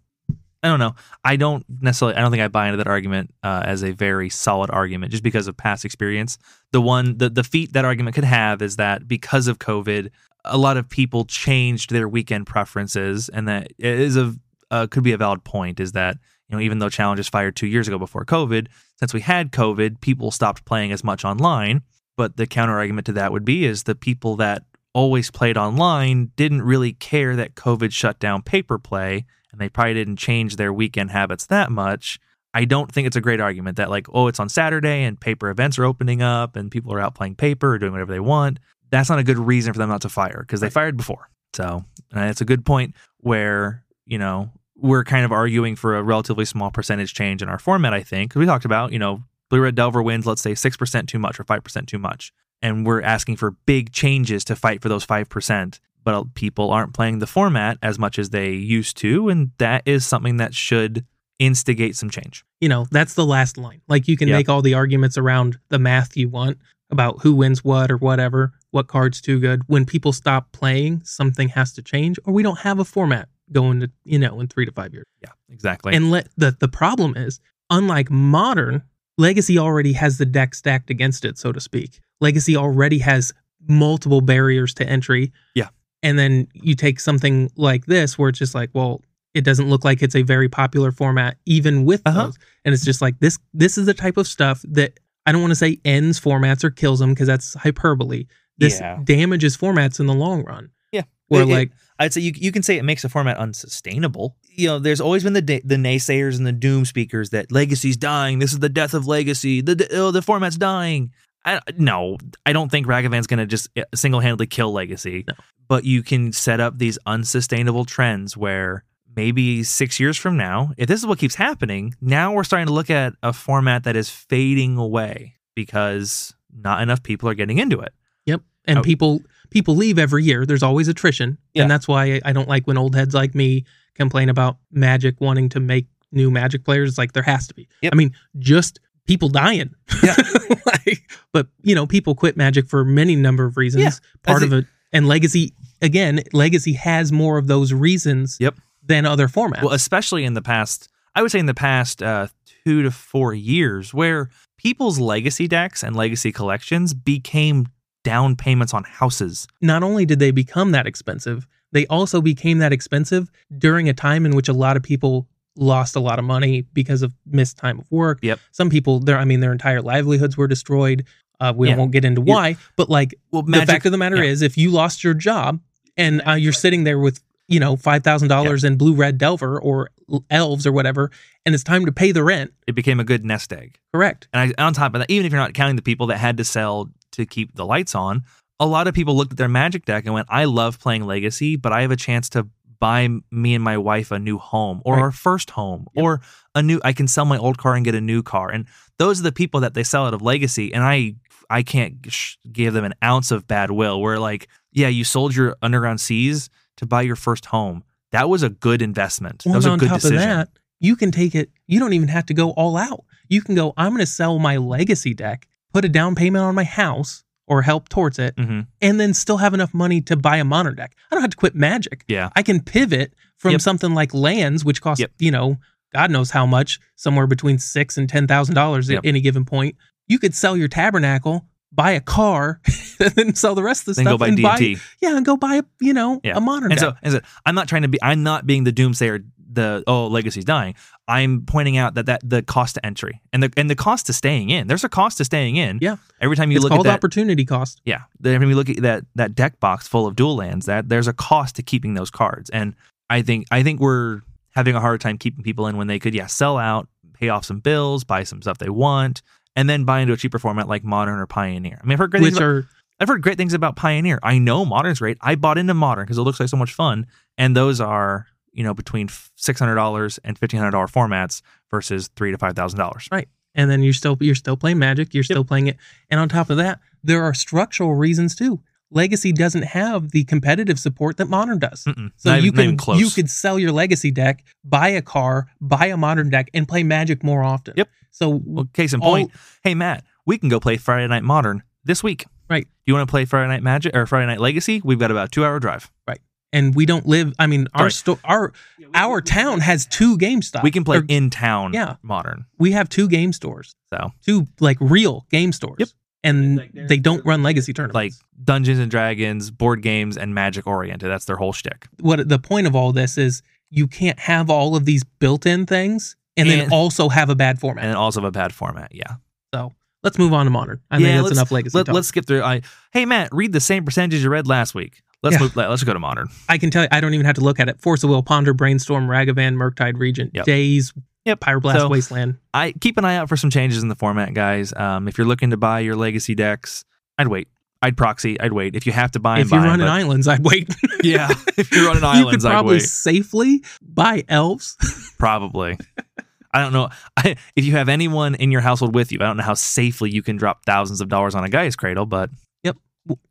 Speaker 3: I don't know. I don't necessarily. I don't think I buy into that argument uh, as a very solid argument, just because of past experience. The one, the the feat that argument could have is that because of COVID, a lot of people changed their weekend preferences, and that is a uh, could be a valid point. Is that you know even though challenges fired two years ago before COVID, since we had COVID, people stopped playing as much online. But the counter argument to that would be is the people that always played online didn't really care that COVID shut down paper play and they probably didn't change their weekend habits that much. I don't think it's a great argument that like, oh, it's on Saturday and paper events are opening up and people are out playing paper or doing whatever they want. That's not a good reason for them not to fire because they fired before. So and it's a good point where you know we're kind of arguing for a relatively small percentage change in our format. I think 'Cause we talked about you know Blue Red Delver wins, let's say six percent too much or five percent too much, and we're asking for big changes to fight for those five percent but uh, people aren't playing the format as much as they used to. And that is something that should instigate some change.
Speaker 2: you know that's the last line like you can
Speaker 3: Yeah.
Speaker 2: make all the arguments around the math you want about who wins what or whatever what card's too good when people stop playing something has to change or we don't have a format going to you know in three to five years
Speaker 3: Yeah, exactly.
Speaker 2: and let the the problem is unlike modern legacy already has the deck stacked against it so to speak legacy already has multiple barriers to entry
Speaker 3: Yeah.
Speaker 2: and then you take something like this where it's just like well it doesn't look like it's a very popular format even with
Speaker 3: Uh-huh.
Speaker 2: those and it's just like this this is the type of stuff that i don't want to say ends formats or kills them because that's hyperbole this
Speaker 3: Yeah.
Speaker 2: damages formats in the long run
Speaker 3: Yeah.
Speaker 2: where
Speaker 3: It- it-
Speaker 2: like
Speaker 3: I'd say you, you can say it makes a format unsustainable. You know, there's always been the da- the naysayers and the doom speakers that legacy's dying. This is the death of legacy. The the- oh, the format's dying. I, no, I don't think Ragavan's going to just single handedly kill legacy.
Speaker 2: No.
Speaker 3: But you can set up these unsustainable trends where maybe six years from now, if this is what keeps happening, now we're starting to look at a format that is fading away because not enough people are getting into it.
Speaker 2: and
Speaker 3: Oh.
Speaker 2: people people leave every year. There's always attrition,
Speaker 3: Yeah.
Speaker 2: and that's why I don't like when old heads like me complain about Magic wanting to make new Magic players. It's Like there has to be.
Speaker 3: Yep.
Speaker 2: I mean, just people dying.
Speaker 3: Yeah.
Speaker 2: *laughs* like, but you know, people quit Magic for many number of reasons.
Speaker 3: Yeah,
Speaker 2: Part
Speaker 3: that's
Speaker 2: of it, and Legacy again, Legacy has more of those reasons.
Speaker 3: Yep.
Speaker 2: Than other formats.
Speaker 3: Well, especially in the past, I would say in the past uh, two to four years, where people's legacy decks and legacy collections became down payments on houses.
Speaker 2: not only did they become that expensive, they also became that expensive during a time in which a lot of people lost a lot of money because of missed time of work.
Speaker 3: Yep.
Speaker 2: Some people their I mean their entire livelihoods were destroyed. Uh, we
Speaker 3: Yeah.
Speaker 2: won't get into
Speaker 3: You're-
Speaker 2: why, but like
Speaker 3: Well,
Speaker 2: the fact of the matter
Speaker 3: yeah.
Speaker 2: is, if you lost your job and uh, you're sitting there with you know five thousand dollars in blue red delver or l- elves or whatever, and it's time to pay the rent,
Speaker 3: it became a good nest egg.
Speaker 2: correct?
Speaker 3: And I, on top of that, even if you're not counting the people that had to sell to keep the lights on, a lot of people looked at their magic deck and went, I love playing Legacy, but I have a chance to buy me and my wife a new home or
Speaker 2: Right.
Speaker 3: our first home
Speaker 2: Yep.
Speaker 3: or a new I can sell my old car and get a new car. And those are the people that they sell out of Legacy and I I can't sh- give them an ounce of bad will. Where like, yeah, you sold your Underground Seas to buy your first home. That was a good investment.
Speaker 2: Well,
Speaker 3: that was
Speaker 2: and
Speaker 3: a
Speaker 2: on
Speaker 3: good
Speaker 2: top
Speaker 3: decision.
Speaker 2: of that, you can take it. You don't even have to go all out. You can go. I'm going to sell my legacy deck, put a down payment on my house, or help towards it,
Speaker 3: Mhm.
Speaker 2: and then still have enough money to buy a mono deck. I don't have to quit Magic.
Speaker 3: Yeah.
Speaker 2: I can pivot from
Speaker 3: Yep.
Speaker 2: something like lands, which cost
Speaker 3: Yep.
Speaker 2: you know God knows how much, somewhere between six and ten thousand dollars at
Speaker 3: Yep.
Speaker 2: any given point. You could sell your tabernacle, buy a car, *laughs* and then sell the rest of the
Speaker 3: Then
Speaker 2: stuff
Speaker 3: go buy
Speaker 2: and
Speaker 3: D and T.
Speaker 2: yeah, and go buy a you know
Speaker 3: Yeah.
Speaker 2: a modern
Speaker 3: And
Speaker 2: deck.
Speaker 3: so, and so I'm not trying to be I'm not being the doomsayer the oh legacy's dying. I'm pointing out that that the cost to entry and the and the cost to staying in. There's a cost to staying in.
Speaker 2: Yeah.
Speaker 3: Every time you
Speaker 2: it's
Speaker 3: look at
Speaker 2: called
Speaker 3: that
Speaker 2: opportunity cost.
Speaker 3: yeah. Every time you look at that that deck box full of dual lands, that there's a cost to keeping those cards. And I think I think we're having a hard time keeping people in when they could yeah, sell out, pay off some bills, buy some stuff they want, and then buy into a cheaper format like modern or pioneer. I mean I've heard great things
Speaker 2: Which
Speaker 3: about-
Speaker 2: are
Speaker 3: I've heard great things about Pioneer. I know Modern's great. I bought into Modern because it looks like so much fun, and those are you know between six hundred dollars and fifteen hundred dollar formats versus three to five thousand dollars.
Speaker 2: and then you're still you're still playing magic you're still playing it and on top of that there are structural reasons too legacy doesn't have the competitive support that modern does
Speaker 3: So
Speaker 2: so
Speaker 3: Mm, not,
Speaker 2: you
Speaker 3: even, not even
Speaker 2: can
Speaker 3: close.
Speaker 2: you could sell your legacy deck buy a car buy a modern deck and play magic more often
Speaker 3: Yep.
Speaker 2: so
Speaker 3: well, case in
Speaker 2: all-
Speaker 3: point. Hey Matt, we can go play Friday Night Modern this week.
Speaker 2: Right.
Speaker 3: You want to play Friday Night Magic or Friday Night Legacy? We've got about a two hour drive.
Speaker 2: and we don't live i mean our
Speaker 3: Right.
Speaker 2: sto- our our town has two game stops
Speaker 3: We can play
Speaker 2: Or
Speaker 3: in town.
Speaker 2: yeah.
Speaker 3: Modern.
Speaker 2: we have two game stores
Speaker 3: So
Speaker 2: two like real game stores
Speaker 3: Yep.
Speaker 2: and they don't run legacy tournaments
Speaker 3: like Dungeons and Dragons, board games, and Magic oriented. That's their whole shtick.
Speaker 2: what the point of all this is you can't have all of these built-in things and, then
Speaker 3: And-
Speaker 2: also have a bad format.
Speaker 3: And then also have a bad format. Yeah.
Speaker 2: so let's move on to modern. I
Speaker 3: Yeah,
Speaker 2: think that's
Speaker 3: let's-
Speaker 2: enough legacy
Speaker 3: Let,
Speaker 2: talk.
Speaker 3: us skip through. I hey Matt, read the same percentage you read last week. Let's
Speaker 2: Yeah.
Speaker 3: move. Let, us go to modern.
Speaker 2: I can tell you, I don't even have to look at it. Force of Will, Ponder, Brainstorm, Ragavan, Murktide, Regent,
Speaker 3: Yep.
Speaker 2: Days,
Speaker 3: Yep.
Speaker 2: Pyroblast,
Speaker 3: So-
Speaker 2: Wasteland.
Speaker 3: I keep an eye out for some changes in the format, guys. Um, if you're looking to buy your legacy decks, I'd wait. I'd proxy. I'd wait. If you have to buy,
Speaker 2: If
Speaker 3: and buy
Speaker 2: you're running
Speaker 3: but,
Speaker 2: islands, I'd wait.
Speaker 3: *laughs* yeah. If you're
Speaker 2: *laughs* you
Speaker 3: running
Speaker 2: could
Speaker 3: islands, I'd
Speaker 2: probably
Speaker 3: wait.
Speaker 2: safely buy elves.
Speaker 3: Probably. I don't know *laughs* I, if you have anyone in your household with you. I don't know how safely you can drop thousands of dollars on a guy's cradle, but
Speaker 2: Yep.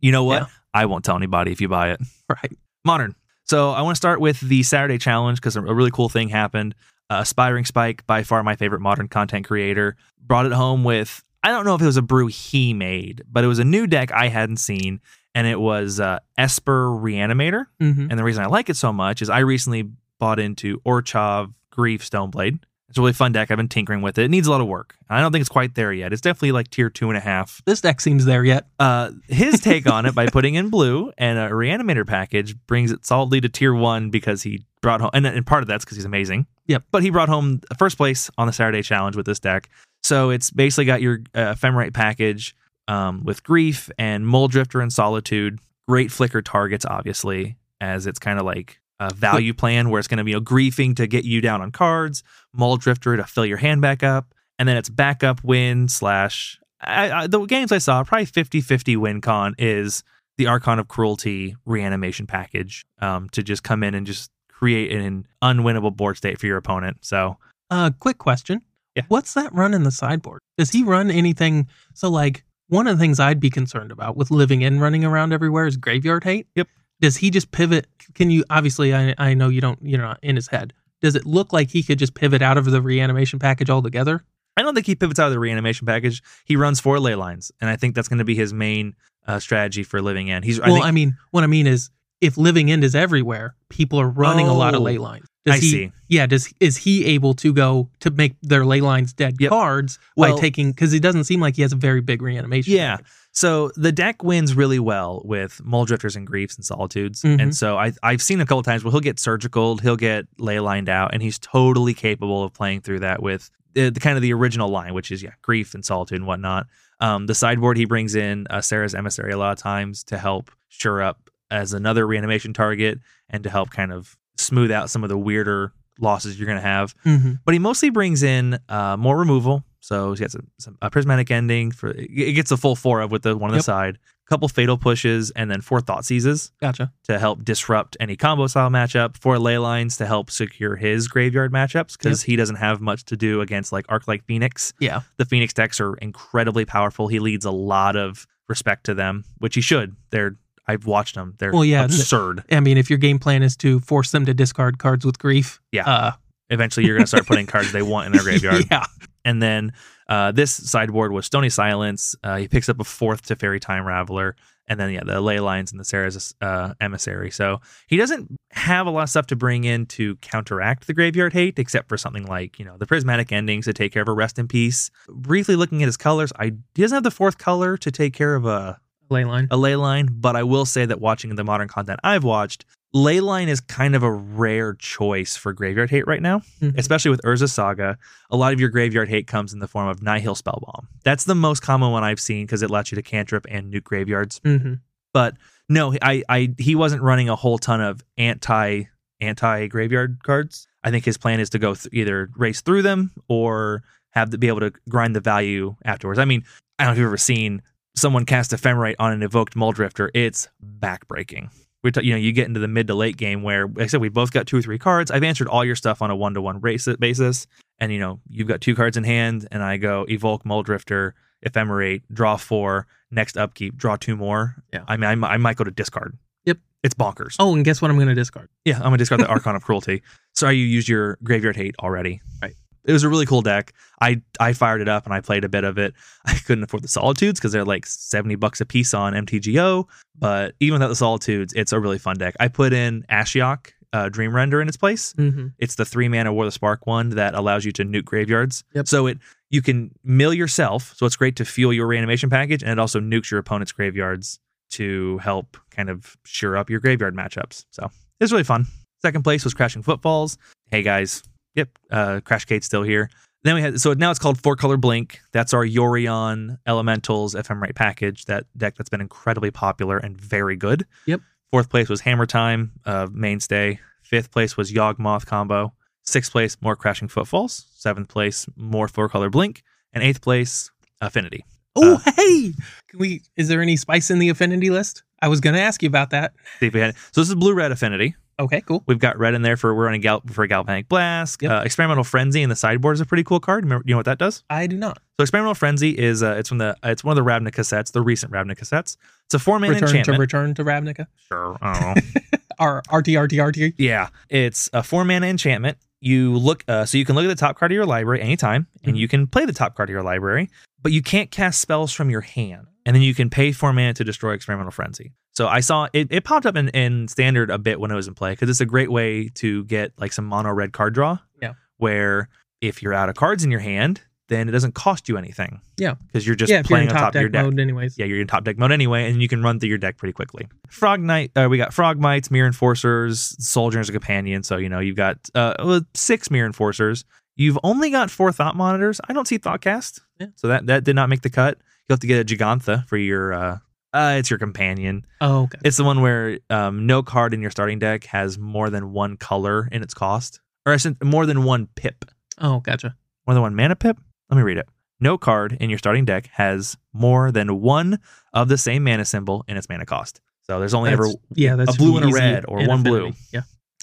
Speaker 3: You know what?
Speaker 2: Yeah.
Speaker 3: I won't tell anybody if you buy it.
Speaker 2: right.
Speaker 3: modern. So I want to start with the Saturday challenge because a really cool thing happened. Uh, Aspiring Spike, by far my favorite modern content creator, brought it home with I don't know if it was a brew he made, but it was a new deck I hadn't seen, and it was uh, Esper Reanimator.
Speaker 2: hmm
Speaker 3: And the reason I like it so much is I recently bought into Orchov Grief Stoneblade. It's a really fun deck. I've been tinkering with it. It needs a lot of work. I don't think it's quite there yet. It's definitely like tier two and a half
Speaker 2: This deck seems there yet.
Speaker 3: uh, his take on it by putting in blue and a reanimator package brings it solidly to tier one because he brought home, and, and part of that's because he's amazing.
Speaker 2: Yep.
Speaker 3: But he brought home the first place on the Saturday challenge with this deck. So it's basically got your uh, ephemerate package um, with grief and mole drifter and solitude. Great flicker targets, obviously, as it's kind of like a value plan where it's going to be you know, griefing to get you down on cards, mole drifter to fill your hand back up, and then it's backup win slash I, I, the games I saw probably 50-50 win con is the Archon of Cruelty reanimation package um, to just come in and just create an unwinnable board state for your opponent. So
Speaker 2: Uh, quick question.
Speaker 3: Yeah.
Speaker 2: What's that run in the sideboard? Does he run anything? So, like, one of the things I'd be concerned about with living in running around everywhere is graveyard hate.
Speaker 3: Yep.
Speaker 2: Does he just pivot? Can you, obviously, I, I know you don't, you're not in his head. Does it look like he could just pivot out of the reanimation package altogether?
Speaker 3: I don't think he pivots out of the reanimation package. He runs four ley lines, and I think that's going to be his main uh, strategy for living in. He's I
Speaker 2: well,
Speaker 3: think,
Speaker 2: I mean, what I mean is if living end is everywhere, people are running a lot of
Speaker 3: Oh,
Speaker 2: ley lines. Does
Speaker 3: I
Speaker 2: he,
Speaker 3: see.
Speaker 2: Yeah. Does is he able to go to make their ley lines dead
Speaker 3: Yep.
Speaker 2: cards
Speaker 3: Well-
Speaker 2: by taking? Because he doesn't seem like he has a very big reanimation.
Speaker 3: Yeah.
Speaker 2: package.
Speaker 3: So the deck wins really well with mole drifters and griefs and solitudes.
Speaker 2: Mhm.
Speaker 3: And so I, I've seen a couple times where he'll get surgical, he'll get ley lined out, and he's totally capable of playing through that with uh, the, the kind of the original line, which is yeah, grief and solitude and whatnot. Um, the sideboard he brings in uh, Sarah's emissary a lot of times to help sure up as another reanimation target and to help kind of smooth out some of the weirder losses you're going to have
Speaker 2: Mm-hmm.
Speaker 3: but he mostly brings in uh, more removal. So he's got some, some a prismatic ending for it it gets a full four of with the one on the
Speaker 2: Yep.
Speaker 3: side, a couple fatal pushes, and then four thought seizes
Speaker 2: Gotcha.
Speaker 3: to help disrupt any combo style matchup, four ley lines to help secure his graveyard matchups because he doesn't have much to do against like Arc like Phoenix.
Speaker 2: Yeah.
Speaker 3: The Phoenix decks are incredibly powerful. He leads a lot of respect to them, which he should. They're I've watched them. They're
Speaker 2: Well, yeah, th-
Speaker 3: absurd.
Speaker 2: I mean, if your game plan is to force them to discard cards with grief,
Speaker 3: Yeah.
Speaker 2: uh,
Speaker 3: Eventually, you're going to start putting cards they want
Speaker 2: *laughs*
Speaker 3: in their graveyard.
Speaker 2: yeah,
Speaker 3: And then uh, this sideboard was Stony Silence. Uh, he picks up a fourth to Fairy Time Raveler. And then, yeah, the Ley Lines and the Sarah's uh, Emissary. So he doesn't have a lot of stuff to bring in to counteract the graveyard hate, except for something like, you know, the Prismatic Endings to take care of a Rest in Peace. Briefly looking at his colors, I, he doesn't have the fourth color to take care of uh, a,
Speaker 2: ley line.
Speaker 3: a Ley Line, but I will say that watching the modern content I've watched, Ley Line is kind of a rare choice for graveyard hate right now
Speaker 2: Mhm.
Speaker 3: especially with Urza Saga, a lot of your graveyard hate comes in the form of Nihil Spellbomb. That's the most common one I've seen because it lets you to cantrip and nuke graveyards.
Speaker 2: Mhm.
Speaker 3: But no, I, I he wasn't running a whole ton of anti anti graveyard cards. I think his plan is to go th- either race through them or have to be able to grind the value afterwards. I mean, I don't know if you've ever seen someone cast Ephemerate on an evoked Mole Drifter. It's backbreaking. We're ta- you know you get into the mid to late game where, like I said, we both got two or three cards. I've answered all your stuff on a one to one basis, and you know you've got two cards in hand, and I go evoke Mole Drifter, Ephemerate, draw four, next upkeep, draw two more.
Speaker 2: Yeah.
Speaker 3: I mean, I, mi- I might go to discard.
Speaker 2: Yep.
Speaker 3: it's bonkers.
Speaker 2: Oh, and guess what? I'm going to discard.
Speaker 3: Yeah, I'm gonna discard the Archon of Cruelty. *laughs* Sorry, you used your Graveyard Hate already.
Speaker 2: Right.
Speaker 3: It was a really cool deck. I I fired it up and I played a bit of it. *laughs* I couldn't afford the Solitudes because they're like seventy bucks a piece on MTGO. But even without the Solitudes, it's a really fun deck. I put in Ashiok, uh, Dream Render in its place.
Speaker 2: Mm-hmm.
Speaker 3: It's the three mana War of the Spark one that allows you to nuke graveyards.
Speaker 2: Yep.
Speaker 3: So it you can mill yourself. So it's great to fuel your reanimation package, and it also nukes your opponent's graveyards to help kind of sure up your graveyard matchups. So it's really fun. Second place was Crashing Footfalls. Hey guys, yep, uh, Crash Kate's still here. Then we had so now it's called Four Color Blink. That's our Yorion Elementals Ephemerate package. That deck that's been incredibly popular and very good.
Speaker 2: Yep.
Speaker 3: Fourth place was Hammer Time, uh, mainstay. Fifth place was Yawgmoth combo. Sixth place, more Crashing Footfalls. Seventh place, more Four Color Blink. And eighth place, Affinity.
Speaker 2: Oh,
Speaker 3: Uh.
Speaker 2: hey, can we? Is there any spice in the affinity list? I was going to ask you about that.
Speaker 3: See if we had so this is Blue Red Affinity.
Speaker 2: Okay, cool.
Speaker 3: We've got red in there for we're on a gal for Galvanic Blast.
Speaker 2: Yep.
Speaker 3: Uh, Experimental Frenzy in the sideboard is a pretty cool card. Remember, you know what that does?
Speaker 2: I do not.
Speaker 3: So Experimental Frenzy is uh, it's from the it's one of the Ravnica cassettes, the recent Ravnica cassettes. It's a four man
Speaker 2: return
Speaker 3: enchantment.
Speaker 2: to return Oh. to Ravnica.
Speaker 3: sure, I don't know.
Speaker 2: Our RT RT RT.
Speaker 3: Yeah, it's a four mana enchantment. You look, uh, so you can look at the top card of your library anytime, and
Speaker 2: Mhm.
Speaker 3: you can play the top card of your library, but you can't cast spells from your hand. And then you can pay four mana to destroy Experimental Frenzy. So I saw it, it popped up in, in standard a bit when it was in play because it's a great way to get like some mono red card draw.
Speaker 2: Yeah.
Speaker 3: Where if you're out of cards in your hand, then it doesn't cost you anything.
Speaker 2: Yeah.
Speaker 3: Because you're just
Speaker 2: yeah, if you're
Speaker 3: playing
Speaker 2: in
Speaker 3: on top,
Speaker 2: top
Speaker 3: of your
Speaker 2: deck
Speaker 3: deck
Speaker 2: mode, anyways.
Speaker 3: yeah, you're in top deck mode anyway, and you can run through your deck pretty quickly. Frog Knight, uh, we got Frog Mites, Mirror Enforcers, Soldier's Companion. So, you know, you've got uh, well, six Mirror Enforcers. You've only got four Thought Monitors. I don't see Thoughtcast.
Speaker 2: Yeah.
Speaker 3: So that, that did not make the cut. You'll have to get a Gigantha for your, uh, uh, it's your companion.
Speaker 2: Oh, okay.
Speaker 3: It's the one where um, no card in your starting deck has more than one color in its cost, or I said more than one pip.
Speaker 2: Oh, gotcha.
Speaker 3: More than one mana pip? Let me read it. No card in your starting deck has more than one of the same mana symbol in its mana cost. So there's only
Speaker 2: That's-
Speaker 3: ever
Speaker 2: yeah, that's
Speaker 3: blue and a
Speaker 2: easy
Speaker 3: red, or
Speaker 2: in
Speaker 3: one blue.
Speaker 2: affinity. Yeah.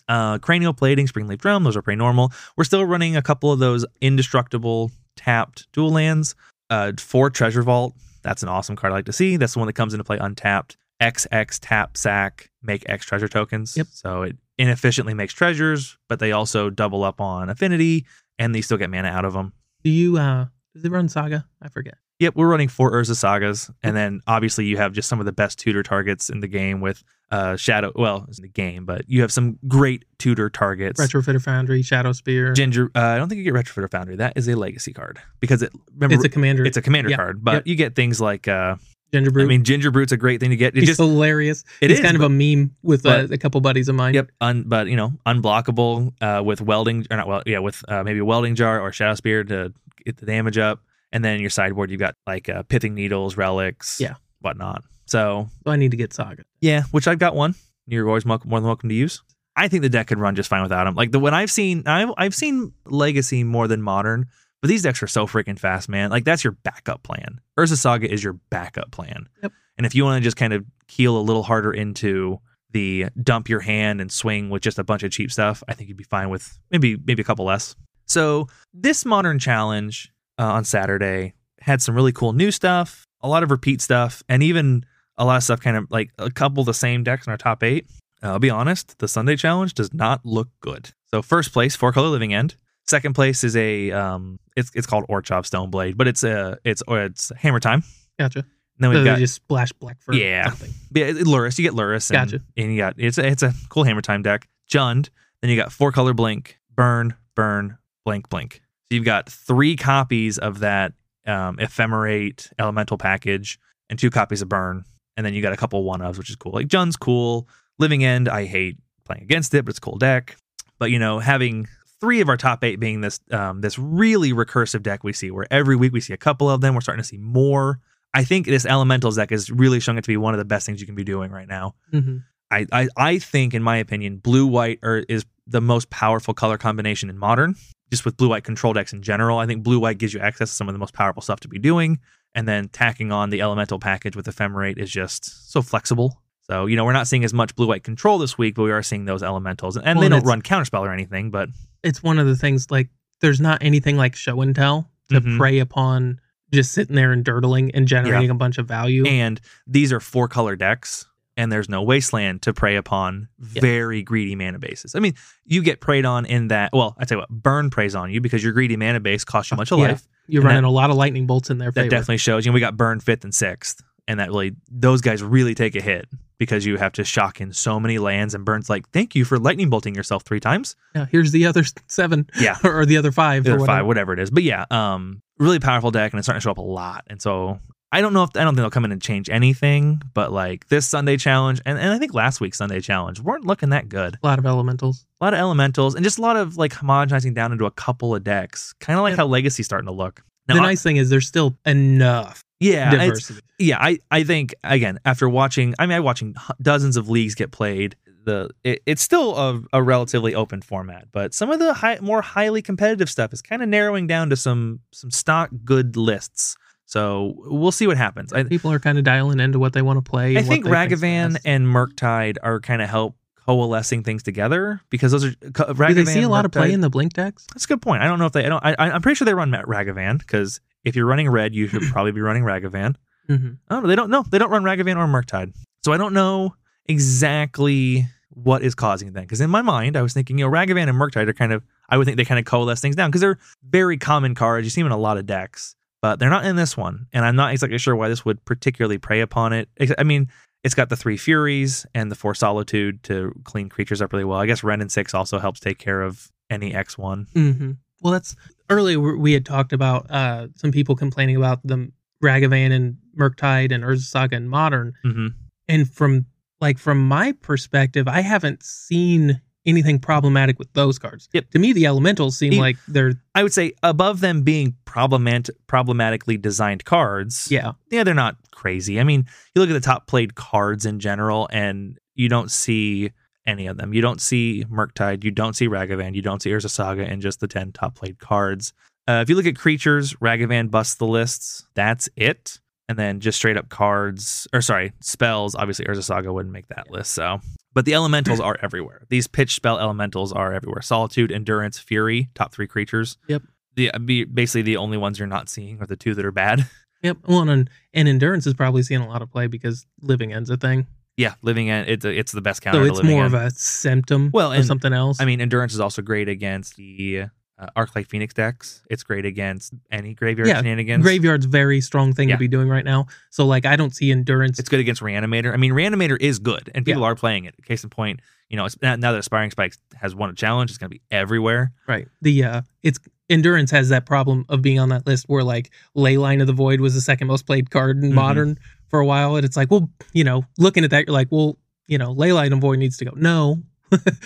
Speaker 3: uh, cranial plating, springleaf drum. Those are pretty normal. We're still running a couple of those indestructible tapped dual lands. Uh, four treasure vault. That's an awesome card I like to see. That's the one that comes into play untapped. XX tap sack make X treasure tokens.
Speaker 2: Yep.
Speaker 3: So it inefficiently makes treasures, but they also double up on affinity, and they still get mana out of them.
Speaker 2: Do you? uh Does it run Saga? I forget.
Speaker 3: Yep, we're running four Urza sagas, and then obviously you have just some of the best tutor targets in the game with uh Shadow. Well, it's in the game, but you have some great tutor targets.
Speaker 2: Retrofitter Foundry, Shadow Spear.
Speaker 3: Ginger. Uh, I don't think you get Retrofit or Foundry. That is a legacy card because it remember
Speaker 2: it's a commander.
Speaker 3: it's a commander
Speaker 2: yeah,
Speaker 3: card, but
Speaker 2: yep.
Speaker 3: you get things like uh
Speaker 2: Ginger Brute.
Speaker 3: I mean, ginger brute's a great thing to get. It
Speaker 2: he's
Speaker 3: just
Speaker 2: hilarious.
Speaker 3: it
Speaker 2: It's
Speaker 3: is,
Speaker 2: kind of a meme with uh,
Speaker 3: but-
Speaker 2: a couple buddies of mine.
Speaker 3: Yep. Un, but you know, unblockable uh, with welding or not well, yeah, with uh, maybe a welding jar or shadow spear to get the damage up, and then your sideboard you've got like uh, pithing needles, relics,
Speaker 2: Yeah.
Speaker 3: whatnot. So
Speaker 2: So I need to get Saga.
Speaker 3: yeah, which I've got one. You're always mo- more than welcome to use. I think the deck could run just fine without them. Like the when I've seen, I've I've seen Legacy more than Modern, but these decks are so freaking fast, man. Like that's your backup plan. Urza Saga is your backup plan.
Speaker 2: Yep.
Speaker 3: And if you want to just kind of keel a little harder into the dump your hand and swing with just a bunch of cheap stuff, I think you'd be fine with maybe maybe a couple less. So this Modern Challenge uh, on Saturday had some really cool new stuff, a lot of repeat stuff, and even a lot of stuff kind of like a couple of the same decks in our top eight. Uh, I'll be honest, the Sunday challenge does not look good. So first place, four color living end. Second place is a um, it's it's called Orchop Stoneblade, but it's a it's or it's Hammer Time.
Speaker 2: Gotcha.
Speaker 3: And
Speaker 2: So
Speaker 3: then we've
Speaker 2: they
Speaker 3: Oh, got
Speaker 2: just splash black for
Speaker 3: Yeah.
Speaker 2: something.
Speaker 3: yeah, it- Luris. You get Luris. And,
Speaker 2: Gotcha.
Speaker 3: And you got it's a, it's a cool Hammer Time deck. Jund. Then you got four color blink, burn, burn, blank, blink. So you've got three copies of that um, ephemerate elemental package and two copies of burn, and then you got a couple one ofs, which is cool. Like Jund's cool. Living End, I hate playing against it, but it's a cool deck. But you know, having three of our top eight being this um, this really recursive deck we see, where every week we see a couple of them. We're starting to see more. I think this Elementals deck is really showing it to be one of the best things you can be doing right now.
Speaker 2: hmm
Speaker 3: I, I, I think, in my opinion, blue white are, is the most powerful color combination in modern, just with blue white control decks in general. I think blue white gives you access to some of the most powerful stuff to be doing. And then tacking on the elemental package with ephemerate is just so flexible. So, you know, we're not seeing as much blue white control this week, but we are seeing those elementals. And,
Speaker 2: Well,
Speaker 3: they
Speaker 2: and
Speaker 3: don't
Speaker 2: it's-
Speaker 3: run counterspell or anything, but
Speaker 2: It's one of the things like there's not anything like show and tell to
Speaker 3: Mhm.
Speaker 2: prey upon just sitting there and dirtling and generating a bunch of value.
Speaker 3: and these are four color decks and there's no wasteland to prey upon
Speaker 2: Yeah.
Speaker 3: very greedy mana bases. I mean, you get preyed on in that well, I tell you what, burn preys on you because your greedy mana base costs you much of
Speaker 2: Uh, Yeah.
Speaker 3: life.
Speaker 2: You're
Speaker 3: and
Speaker 2: running a lot of lightning bolts in their
Speaker 3: That
Speaker 2: favor.
Speaker 3: definitely shows. You know, we got burn fifth and sixth, and that really those guys really take a hit because you have to shock in so many lands and burns like, thank you for lightning bolting yourself three times.
Speaker 2: yeah, here's the other s- seven.
Speaker 3: Yeah.
Speaker 2: *laughs* or the other five.
Speaker 3: Or
Speaker 2: or whatever.
Speaker 3: five, whatever it is. But yeah, um, really powerful deck, and it's starting to show up a lot. And so I don't know if I don't think they'll come in and change anything, but like this Sunday challenge, and, and I think last week's Sunday challenge weren't looking that good.
Speaker 2: A lot of elementals.
Speaker 3: A lot of elementals and just a lot of like homogenizing down into a couple of decks, kind of like
Speaker 2: Yep.
Speaker 3: how Legacy's starting to look. Now,
Speaker 2: the
Speaker 3: I-
Speaker 2: nice thing is there's still enough
Speaker 3: yeah, it's-
Speaker 2: diversity.
Speaker 3: yeah i i think again after watching i mean i watching h- dozens of leagues get played the it, it's still a, a relatively open format but some of the high, more highly competitive stuff is kind of narrowing down to some some stock good lists so we'll see what happens i,
Speaker 2: People are kind of dialing into what they want to play.
Speaker 3: I
Speaker 2: and what
Speaker 3: think
Speaker 2: they think's
Speaker 3: ragavan
Speaker 2: best.
Speaker 3: and murktide are kind of help coalescing things together because those are co-
Speaker 2: Do
Speaker 3: ragavan
Speaker 2: they see a lot of play
Speaker 3: Murktide-
Speaker 2: in the blink decks?
Speaker 3: that's a good point. I don't know if they. I don't. I, I- I'm pretty sure they run Ma- Ragavan because if you're running red, you should probably be running Ragavan.
Speaker 2: Mhm.
Speaker 3: Oh, they don't know. They don't run Ragavan or Murktide. So I don't know exactly what is causing that. Because in my mind, I was thinking, you know, Ragavan and Murktide are kind of, I would think they kind of coalesce things down because they're very common cards. You see them in a lot of decks, but they're not in this one. And I'm not exactly sure why this would particularly prey upon it. Ex- I mean, it's got the three furies and the four solitude to clean creatures up really well. I guess Ren and Six also helps take care of any X1.
Speaker 2: hmm Well, that's earlier we- we had talked about uh, some people complaining about the Ragavan and Murktide and Urza Saga and Modern,
Speaker 3: Mm-hmm.
Speaker 2: and from like from my perspective, I haven't seen anything problematic with those cards.
Speaker 3: Yep.
Speaker 2: To me, the elementals seem
Speaker 3: E-
Speaker 2: like they're
Speaker 3: I would say above them being problemat- problematically designed cards.
Speaker 2: yeah
Speaker 3: yeah, they're not crazy. I mean, you look at the top played cards in general, and you don't see any of them. You don't see Murktide, you don't see Ragavan, you don't see Urza Saga, and just the 10 top played cards. Uh, if you look at creatures, Ragavan busts the lists. That's it. And then just straight up cards, or sorry, spells. Obviously, Urza Saga wouldn't make that list. So, but the elementals are everywhere. These pitch spell elementals are everywhere. Solitude, Endurance, Fury, top three creatures.
Speaker 2: Yep.
Speaker 3: The be- basically the only ones you're not seeing are the two that are bad. *laughs*
Speaker 2: yep. Well, and and endurance is probably seeing a lot of play because living ends a thing,
Speaker 3: Yeah, living end. It's a, it's the best counter.
Speaker 2: so
Speaker 3: to
Speaker 2: it's
Speaker 3: living
Speaker 2: more
Speaker 3: end.
Speaker 2: of a symptom
Speaker 3: Well,
Speaker 2: of
Speaker 3: and-
Speaker 2: something else.
Speaker 3: I mean, endurance is also great against the uh, Arclight Phoenix decks. It's great against any graveyard
Speaker 2: Yeah,
Speaker 3: shenanigans.
Speaker 2: graveyard's very strong thing
Speaker 3: Yeah.
Speaker 2: to be doing right now. So like I don't see endurance.
Speaker 3: It's good against Reanimator. I mean, Reanimator is good, and people are playing it. Case in point, you know, it's, now now that Aspiring Spikes has won a challenge, it's going to be everywhere.
Speaker 2: Right. The uh it's endurance has that problem of being on that list where like Leyline of the Void was the second most played card in
Speaker 3: Mhm.
Speaker 2: modern for a while. And it's like, well, you know, looking at that, you're like, well, you know, Leyline and Void needs to go. No,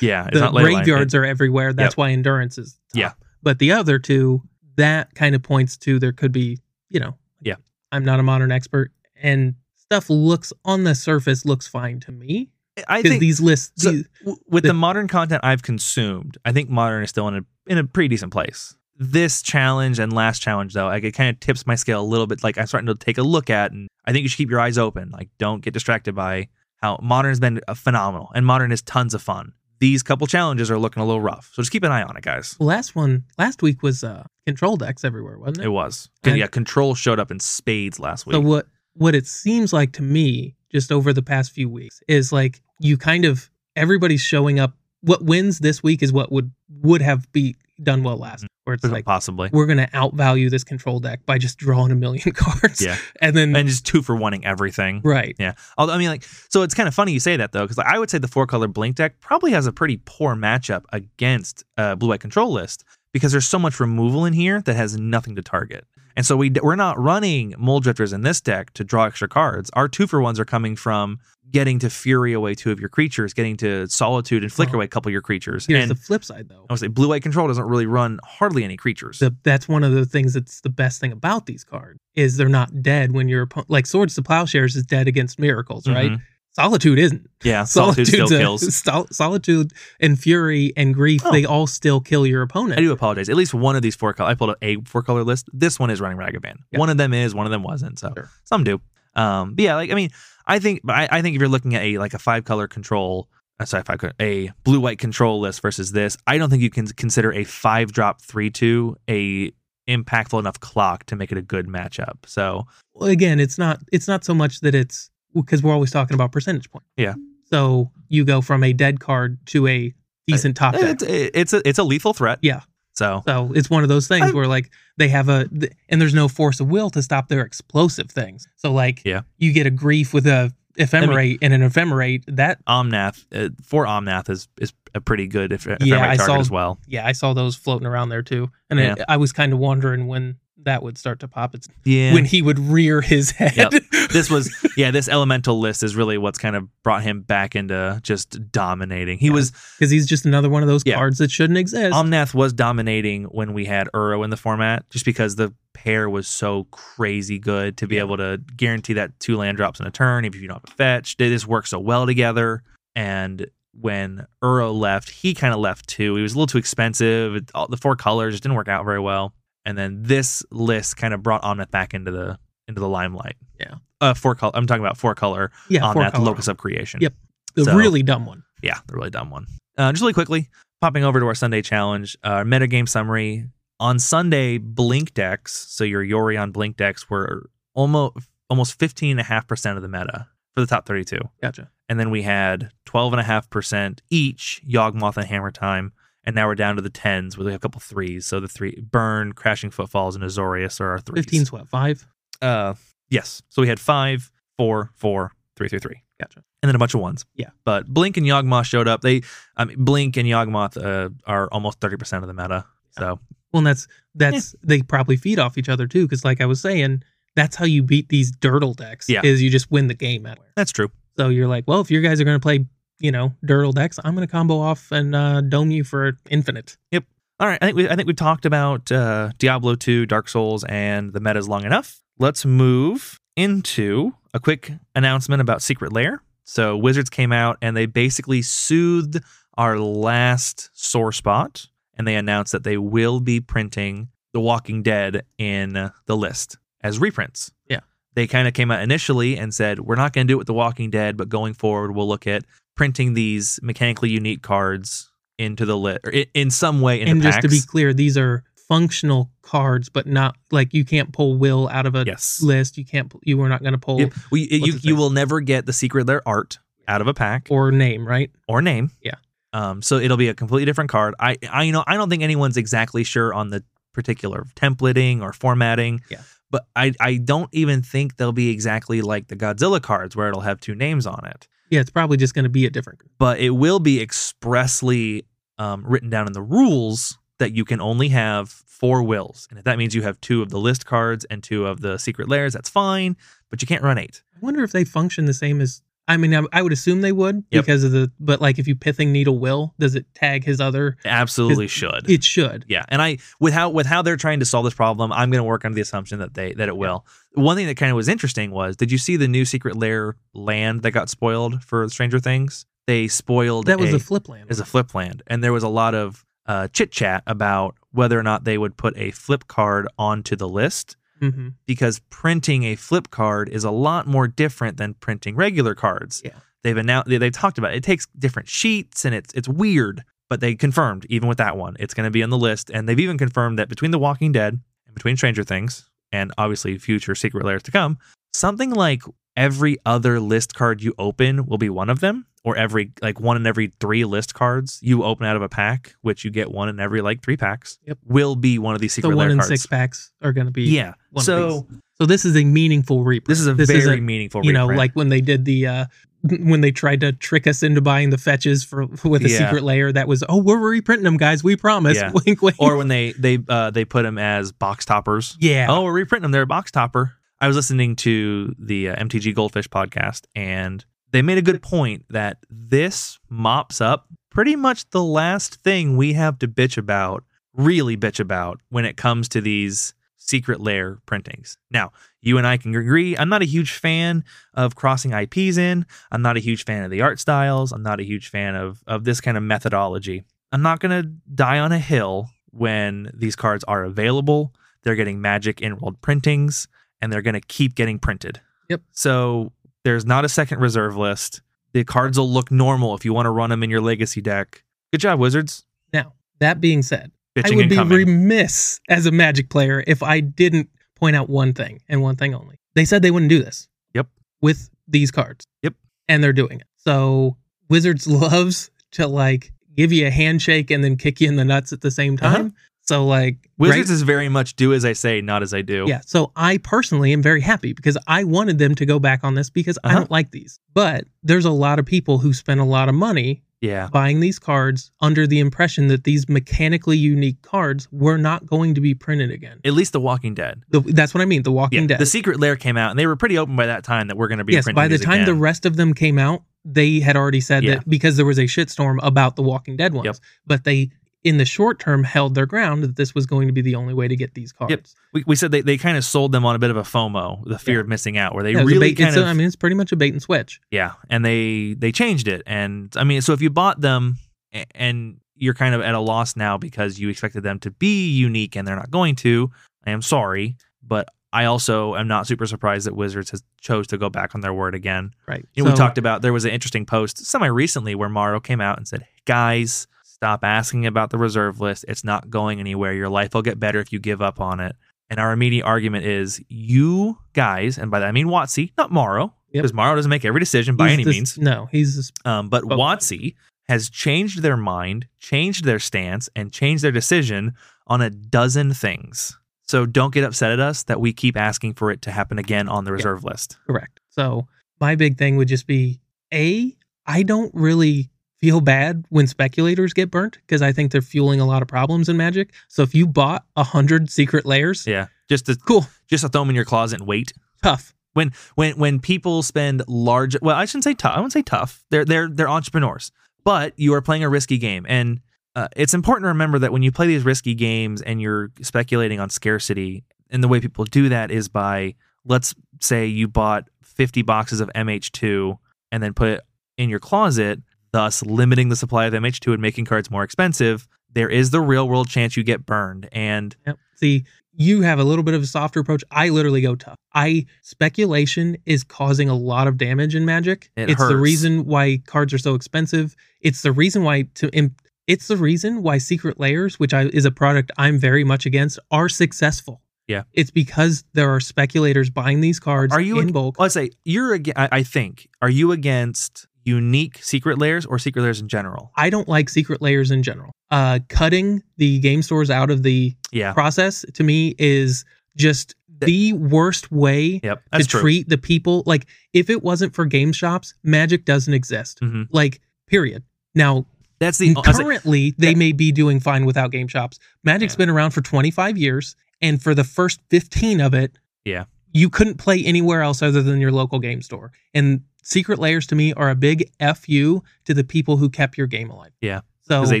Speaker 3: Yeah, it's
Speaker 2: the
Speaker 3: not ley line.
Speaker 2: graveyards are everywhere. That's
Speaker 3: Yep.
Speaker 2: why endurance is. top.
Speaker 3: Yeah.
Speaker 2: But the other two, that kind of points to there could be, you know,
Speaker 3: Yeah.
Speaker 2: I'm not a modern expert, and stuff looks on the surface looks fine to me
Speaker 3: I
Speaker 2: because
Speaker 3: think
Speaker 2: these lists.
Speaker 3: so-
Speaker 2: these-
Speaker 3: w- with
Speaker 2: the-
Speaker 3: the, modern content I've consumed, I think modern is still in a in a pretty decent place. This challenge and last challenge though, like it kind of tips my scale a little bit. Like I'm starting to take a look at, and I think you should keep your eyes open. Like don't get distracted by how modern has been uh, phenomenal, and modern is tons of fun. These couple challenges are looking a little rough, so just keep an eye on it, guys.
Speaker 2: the last one last week was uh control decks everywhere, wasn't it?
Speaker 3: It was 'Cause,
Speaker 2: And-
Speaker 3: yeah, control showed up in spades last week.
Speaker 2: So what what it seems like to me, just over the past few weeks, is like you kind of everybody's showing up. What wins this week is what would would have be done well last.
Speaker 3: Mm-hmm.
Speaker 2: Where it's like
Speaker 3: *laughs* possibly,
Speaker 2: we're going to outvalue this control deck by just drawing a million *laughs* cards.
Speaker 3: Yeah.
Speaker 2: And then,
Speaker 3: and just two for wanting everything.
Speaker 2: right.
Speaker 3: Although I mean, like, so it's kind of funny you say that though, because like, I would say the four color blink deck probably has a pretty poor matchup against uh, blue white control list because there's so much removal in here that has nothing to target, and so we d- we're not running mole drifters in this deck to draw extra cards. Our two for ones are coming from getting to fury away two of your creatures, getting to solitude and flicker
Speaker 2: Well,
Speaker 3: away a couple of your creatures,
Speaker 2: Here's
Speaker 3: and
Speaker 2: the flip side, though.
Speaker 3: I would say blue white control doesn't really run hardly any creatures.
Speaker 2: The, that's one of the things that's the best thing about these cards is they're not dead when your opponent, like Swords to Plowshares is dead against Miracles, right?
Speaker 3: Mhm.
Speaker 2: Solitude isn't. *laughs*
Speaker 3: Yeah, *laughs* solitude still
Speaker 2: Solitude's a-
Speaker 3: kills.
Speaker 2: Sol- solitude and Fury and Grief,
Speaker 3: Oh.
Speaker 2: they all still kill your opponent.
Speaker 3: I do apologize. At least one of these four color. I pulled up a four color list. This one is running Ragavan.
Speaker 2: Yeah.
Speaker 3: One of them is. One of them wasn't. So
Speaker 2: Sure.
Speaker 3: some do. Um, but yeah, like I mean, I think, but I, I think if you're looking at a like a five color control, uh, sorry, five color, a blue white control list versus this, I don't think you can consider a five drop three two a impactful enough clock to make it a good matchup. So
Speaker 2: Well, again, it's not it's not so much that it's because we're always talking about percentage point.
Speaker 3: Yeah.
Speaker 2: So you go from a dead card to a decent top deck.
Speaker 3: it's it's a it's a lethal threat.
Speaker 2: Yeah.
Speaker 3: So
Speaker 2: So it's one of those things
Speaker 3: I'm-
Speaker 2: where like they have a th- and there's no force of will to stop their explosive things. So like
Speaker 3: Yeah.
Speaker 2: you get a grief with a ephemerate and an ephemerate that
Speaker 3: Omnath uh, for Omnath is is a pretty good if, if
Speaker 2: Yeah, I
Speaker 3: target
Speaker 2: saw-
Speaker 3: as well.
Speaker 2: yeah I saw those floating around there too, and I-
Speaker 3: Yeah.
Speaker 2: I, was kind of wondering when that would start to pop. It's
Speaker 3: Yeah.
Speaker 2: when he would rear his head.
Speaker 3: this
Speaker 2: *laughs*
Speaker 3: was yeah this elemental list is really what's kind of brought him back into just dominating he was
Speaker 2: because he's just another one of those
Speaker 3: Yeah.
Speaker 2: cards that shouldn't exist.
Speaker 3: omnath was dominating when we had uro in the format just because the pair was so crazy good to be able to guarantee that two land drops in a turn if you don't have a fetch they just work so well together and when uro left he kind of left too he was a little too expensive It- all, the four colors just didn't work out very well and then this list kind of brought omnath back into the into the limelight
Speaker 2: Yeah.
Speaker 3: uh, four color. I'm talking about four color
Speaker 2: yeah,
Speaker 3: on
Speaker 2: four
Speaker 3: that
Speaker 2: color.
Speaker 3: locus of creation.
Speaker 2: Yep. the
Speaker 3: so-
Speaker 2: really dumb one.
Speaker 3: Yeah, the really dumb one. Uh, just really quickly, popping over to our Sunday challenge, uh, metagame summary. On Sunday, blink decks, so your Yori on blink decks were almost almost 15.5% of the meta for the top 32.
Speaker 2: Gotcha.
Speaker 3: And then we had 12.5% each Yawgmoth and Hammer Time. And now we're down to the tens, where we have a couple threes. So the three Burn, Crashing Footfalls, and Azorius are our threes.
Speaker 2: 15's what five.
Speaker 3: Uh, yes. So we had five, four, four, three, three, three
Speaker 2: Gotcha.
Speaker 3: and then a bunch of ones.
Speaker 2: Yeah.
Speaker 3: But Blink and Yawgmoth showed up. They, I mean, Blink and Yawgmoth uh, are almost 30% of the meta. So,
Speaker 2: Well, and that's that's they probably feed off each other too, because like I was saying, that's how you beat these dirtle decks.
Speaker 3: Yeah.
Speaker 2: is you just win the game at
Speaker 3: that's true.
Speaker 2: So you're like, well, if your guys are going to play, you know, dirtle decks, I'm going to combo off and uh, dome you for infinite.
Speaker 3: All right, I think we I think we talked about uh, Diablo 2, Dark Souls and the metas long enough. Let's move into a quick announcement about Secret Lair. So Wizards came out and they basically soothed our last sore spot and they announced that they will be printing The Walking Dead in the list as reprints.
Speaker 2: Yeah.
Speaker 3: They kind of came out initially and said, "We're not going to do it with The Walking Dead, but going forward we'll look at printing these mechanically unique cards into the list or in, in some way into
Speaker 2: and just to be
Speaker 3: packs.
Speaker 2: clear, these are functional cards, but not like you can't pull will out of a
Speaker 3: yes
Speaker 2: list. You can't. You were not going to pull
Speaker 3: Yep. we, you,
Speaker 2: its
Speaker 3: you
Speaker 2: name?
Speaker 3: will never get the secret lair art out of a pack or,
Speaker 2: or name, right?
Speaker 3: name
Speaker 2: Yeah.
Speaker 3: um so it'll be a completely different card i i you know i don't think anyone's exactly sure on the particular templating or formatting
Speaker 2: Yeah.
Speaker 3: but i i don't even think they'll be exactly like the godzilla cards where it'll have two names on it
Speaker 2: Yeah, it's probably just going to be a different.
Speaker 3: but it will be expressly um, written down in the rules that you can only have four wills. And if that means you have two of the list cards and two of the secret layers, that's fine, but you can't run eight.
Speaker 2: I wonder if they function the same as. I mean, I, I would assume they would
Speaker 3: Yep.
Speaker 2: because of the. But like, if you pithing needle will, does it tag his other? *laughs*
Speaker 3: It Absolutely should.
Speaker 2: It should.
Speaker 3: yeah and i with how with how they're trying to solve this problem i'm going to work under the assumption that they that it will one thing that kind of was interesting was did you see the new secret lair land that got spoiled for stranger things they spoiled
Speaker 2: That was
Speaker 3: a,
Speaker 2: the flip land.
Speaker 3: as a flip land and there was a lot of uh, chit chat about whether or not they would put a flip card onto the list
Speaker 2: mm-hmm.
Speaker 3: because printing a flip card is a lot more different than printing regular cards.
Speaker 2: Yeah.
Speaker 3: They've announced they, they've talked about it. it takes different sheets and it's it's weird, but they confirmed even with that one it's going to be on the list and they've even confirmed that between The Walking Dead and between Stranger Things and obviously future secret layers to come, something like every other list card you open will be one of them or every like one in every 3 list cards you open out of a pack, which you get one in every like 3 packs,
Speaker 2: Yep.
Speaker 3: will be one of these
Speaker 2: The
Speaker 3: secret
Speaker 2: one
Speaker 3: layer
Speaker 2: and
Speaker 3: cards.
Speaker 2: six packs are going to be.
Speaker 3: yeah.
Speaker 2: one of
Speaker 3: so
Speaker 2: these. So this is a meaningful reprint.
Speaker 3: this is a
Speaker 2: This
Speaker 3: very
Speaker 2: is a-
Speaker 3: meaningful
Speaker 2: you know,
Speaker 3: reprint.
Speaker 2: like when they did the uh *laughs* when they tried to trick us into buying the fetches for *laughs* with a
Speaker 3: Yeah.
Speaker 2: secret layer that was oh we're reprinting them guys we promise
Speaker 3: Yeah.
Speaker 2: *laughs* wink wink
Speaker 3: or when they they uh, they put them as box toppers.
Speaker 2: yeah
Speaker 3: Oh, we're reprinting them. They're a box topper. I was listening to the uh, MTG Goldfish podcast, and they made a good point that this mops up pretty much the last thing we have to bitch about, really bitch about, when it comes to these secret layer printings. Now, you and I can agree. I'm not a huge fan of crossing IPs in. I'm not a huge fan of the art styles. I'm not a huge fan of of this kind of methodology. I'm not going to die on a hill when these cards are available. They're getting magic enrolled printings and they're going to keep getting printed.
Speaker 2: Yep.
Speaker 3: So there's not a second reserve list. The cards will look normal if you want to run them in your legacy deck. Good job, Wizards.
Speaker 2: now that being said
Speaker 3: Bitching
Speaker 2: I would
Speaker 3: and
Speaker 2: be
Speaker 3: coming.
Speaker 2: remiss as a magic player if I didn't point out one thing and one thing only they said they wouldn't do this
Speaker 3: Yep.
Speaker 2: with these cards
Speaker 3: Yep.
Speaker 2: and they're doing it so Wizards *laughs* loves to like give you a handshake and then kick you in the nuts at the same
Speaker 3: Uh-huh.
Speaker 2: time so like right?
Speaker 3: Wizards is very much do as I say, not as I do.
Speaker 2: Yeah. So I personally am very happy because I wanted them to go back on this because I
Speaker 3: Uh-huh.
Speaker 2: don't like these. But there's a lot of people who spend a lot of money
Speaker 3: Yeah.
Speaker 2: buying these cards under the impression that these mechanically unique cards were not going to be printed again.
Speaker 3: At least The Walking Dead.
Speaker 2: The, that's what I mean. The Walking
Speaker 3: Yeah.
Speaker 2: Dead.
Speaker 3: The Secret Lair came out, and they were pretty open by that time that we're going to be
Speaker 2: yes.
Speaker 3: printing
Speaker 2: By the
Speaker 3: these
Speaker 2: time
Speaker 3: again.
Speaker 2: the rest of them came out, they had already said
Speaker 3: Yeah.
Speaker 2: that because there was a shitstorm about the Walking Dead ones.
Speaker 3: Yep.
Speaker 2: But they, in the short term, held their ground that this was going to be the only way to get these cards.
Speaker 3: we, we said they, they kind of sold them on a bit of a FOMO, the fear
Speaker 2: Yeah.
Speaker 3: of missing out, where they
Speaker 2: Yeah, it was a
Speaker 3: really
Speaker 2: bait-
Speaker 3: kind
Speaker 2: it's
Speaker 3: of
Speaker 2: a- I mean, it's pretty much a bait and switch.
Speaker 3: yeah, and they they changed it, and I mean, so if you bought them a- and you're kind of at a loss now because you expected them to be unique and they're not going to, I am sorry, but I also am not super surprised that Wizards has chose to go back on their word again.
Speaker 2: Right.
Speaker 3: You know, we
Speaker 2: So-
Speaker 3: talked about there was an interesting post semi recently where Mario came out and said, "Guys, stop asking about the reserve list. It's not going anywhere. Your life will get better if you give up on it." And our immediate argument is, you guys, and by that I mean Watsy, not Morrow,
Speaker 2: Yep.
Speaker 3: because Morrow doesn't make every decision by
Speaker 2: He's Oh.
Speaker 3: any
Speaker 2: the-
Speaker 3: means.
Speaker 2: No, he's the
Speaker 3: Um, but
Speaker 2: But-
Speaker 3: Watsy has changed their mind, changed their stance, and changed their decision on a dozen things. So don't get upset at us that we keep asking for it to happen again on the reserve list.
Speaker 2: Correct. So my big thing would just be A, I don't really feel bad when speculators get burnt because I think they're fueling a lot of problems in magic. So if you bought a hundred secret layers,
Speaker 3: Yeah, just to
Speaker 2: cool,
Speaker 3: just to throw them in your closet and wait.
Speaker 2: tough.
Speaker 3: When when people spend large, well, I shouldn't say tough. I wouldn't say tough. They're they're they're entrepreneurs, but you are playing a risky game, and uh, it's important to remember that when you play these risky games and you're speculating on scarcity, and the way people do that is by let's say you bought 50 boxes of MH2 and then put it in your closet, thus limiting the supply of MH2 and making cards more expensive. There is the real world chance you get burned, and
Speaker 2: Yep. See, you have a little bit of a softer approach. I literally go tough. I speculation is causing a lot of damage in magic.
Speaker 3: It
Speaker 2: it's the
Speaker 3: hurts.
Speaker 2: reason why cards are so expensive. It's the reason why to im- it's the reason why secret layers, which I, is a product I'm very much against, are successful.
Speaker 3: Yeah.
Speaker 2: It's because there are speculators buying these cards
Speaker 3: Are you
Speaker 2: in
Speaker 3: ag-
Speaker 2: bulk.
Speaker 3: Well, I say you're against. I I think. Are you against unique secret layers or secret layers in general?
Speaker 2: I don't like secret layers in general. Uh, cutting the game stores out of the
Speaker 3: Yeah,
Speaker 2: process to me is just the worst way
Speaker 3: yep, that's
Speaker 2: to
Speaker 3: true.
Speaker 2: treat the people like if it wasn't for game shops magic doesn't exist
Speaker 3: Mhm.
Speaker 2: like period now
Speaker 3: That's the that's like-
Speaker 2: currently they may be doing fine without game shops. Magic's
Speaker 3: Yeah.
Speaker 2: been around for 25 years, and for the first 15 of it,
Speaker 3: Yeah.
Speaker 2: you couldn't play anywhere else other than your local game store. And secret layers to me are a big fu to the people who kept your game alive.
Speaker 3: Yeah.
Speaker 2: So
Speaker 3: 'cause they,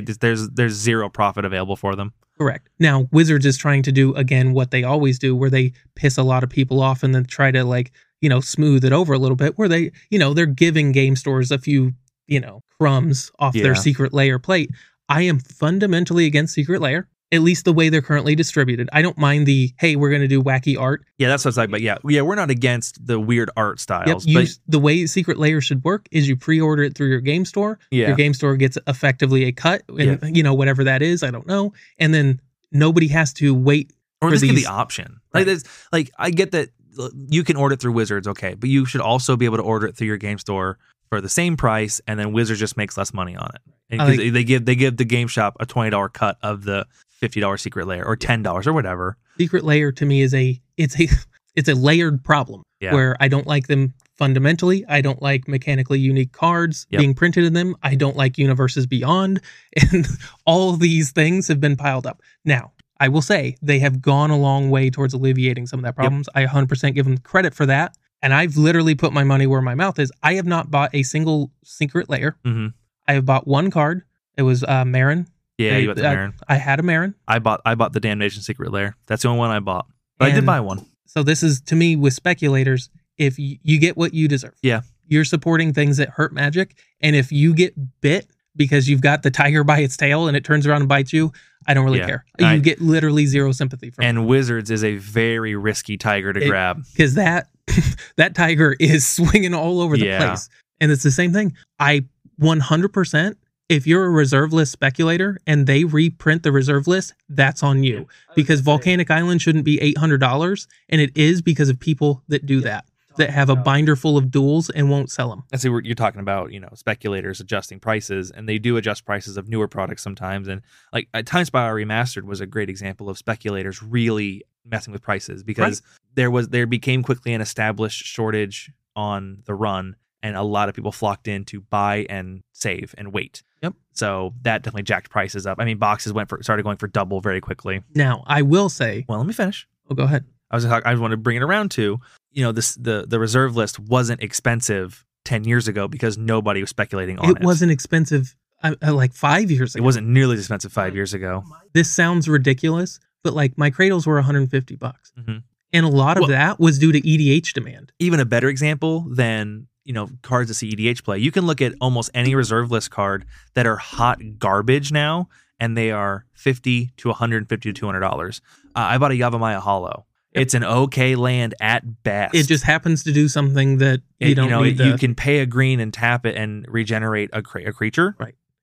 Speaker 3: there's there's zero profit available for them.
Speaker 2: Correct. Now, Wizards is trying to do again what they always do, where they piss a lot of people off and then try to like, you know, smooth it over a little bit, where they, you know, they're giving game stores a few, you know, crumbs off
Speaker 3: Yeah.
Speaker 2: their secret layer plate. I am fundamentally against secret layer, at least the way they're currently distributed. I don't mind the, hey, we're going to do wacky art.
Speaker 3: Yeah, that's what I was like. But yeah, yeah, we're not against the weird art
Speaker 2: Yep,
Speaker 3: styles.
Speaker 2: you,
Speaker 3: but
Speaker 2: the way secret layer should work is you pre-order it through your game store.
Speaker 3: yeah,
Speaker 2: your game store gets effectively a cut and you know whatever that is i don't know and then nobody has to wait for
Speaker 3: or at least give
Speaker 2: these-
Speaker 3: the option.
Speaker 2: Right.
Speaker 3: Like, there's, like I get that l- you can order it through Wizards, okay, but you should also be able to order it through your game store for the same price, and then Wizards just makes less money on it. And
Speaker 2: I
Speaker 3: 'cause
Speaker 2: like-
Speaker 3: they give they give the game shop a twenty dollar cut of the fifty dollar secret layer or ten dollars or whatever.
Speaker 2: secret layer to me is a it's a *laughs* it's a layered problem
Speaker 3: Yeah.
Speaker 2: where i don't like them fundamentally i don't like mechanically unique cards
Speaker 3: Yep.
Speaker 2: being printed in them i don't like universes beyond *laughs* and all these things have been piled up now i will say they have gone a long way towards alleviating some of that problems i 100% give them credit for that and i've literally put my money where my mouth is i have not bought a single secret layer
Speaker 3: hmm
Speaker 2: i have bought one card it was uh marin
Speaker 3: Yeah,
Speaker 2: They-
Speaker 3: you got the
Speaker 2: uh,
Speaker 3: Marin.
Speaker 2: i had a marin
Speaker 3: I bought I bought the damnation secret layer. That's the only one I bought. But I did
Speaker 2: And-
Speaker 3: buy one.
Speaker 2: So this is to me with speculators, if you, you get what you deserve.
Speaker 3: Yeah.
Speaker 2: You're supporting things that hurt magic. And if you get bit because you've got the tiger *laughs* by its tail and it turns around and bites you, I don't really
Speaker 3: Yeah.
Speaker 2: care. You
Speaker 3: I-
Speaker 2: get literally zero sympathy from
Speaker 3: And Wizards is a very risky tiger to
Speaker 2: It-
Speaker 3: grab.
Speaker 2: because that *laughs* that tiger is *laughs* swinging all over the
Speaker 3: Yeah.
Speaker 2: place. And it's the same thing. I 100% if you're a reserve list speculator and they reprint the reserve list, that's on you because Volcanic Island shouldn't be $800 and it is because of people that do that that have a binder full of duels and won't sell them.
Speaker 3: And so we're, you're talking about you know speculators adjusting prices, and they do adjust prices of newer products sometimes. And like at times, by remastered was a great example of speculators really messing with prices because there was there became quickly an established shortage on the run, and a lot of people flocked in to buy and save and wait.
Speaker 2: Yep.
Speaker 3: So that definitely jacked prices up. I mean, boxes went for started going for double very quickly.
Speaker 2: Now, I will say,
Speaker 3: Well, let me finish.
Speaker 2: oh go ahead.
Speaker 3: I was talk- I want to bring it around to you know this the the reserve list wasn't expensive ten years ago because nobody was speculating on it.
Speaker 2: It wasn't expensive uh, uh, like 5 years
Speaker 3: It
Speaker 2: ago.
Speaker 3: wasn't nearly as expensive five years ago.
Speaker 2: this sounds ridiculous, but like my cradles were 150 bucks.
Speaker 3: Mhm.
Speaker 2: And a lot of
Speaker 3: Well-
Speaker 2: that was due to EDH demand.
Speaker 3: Even a better example than you know cards that see EDH play. You can look at almost any reserve list card that are hot garbage now, and they are fifty to one hundred and fifty to two hundred dollars. Uh, I bought a Yavamaya Hollow.
Speaker 2: Yep.
Speaker 3: It's an okay land at best.
Speaker 2: It just happens to do something that
Speaker 3: It-
Speaker 2: you don't
Speaker 3: know
Speaker 2: need.
Speaker 3: you
Speaker 2: the-
Speaker 3: can pay a green and tap it and regenerate a, cre- a creature.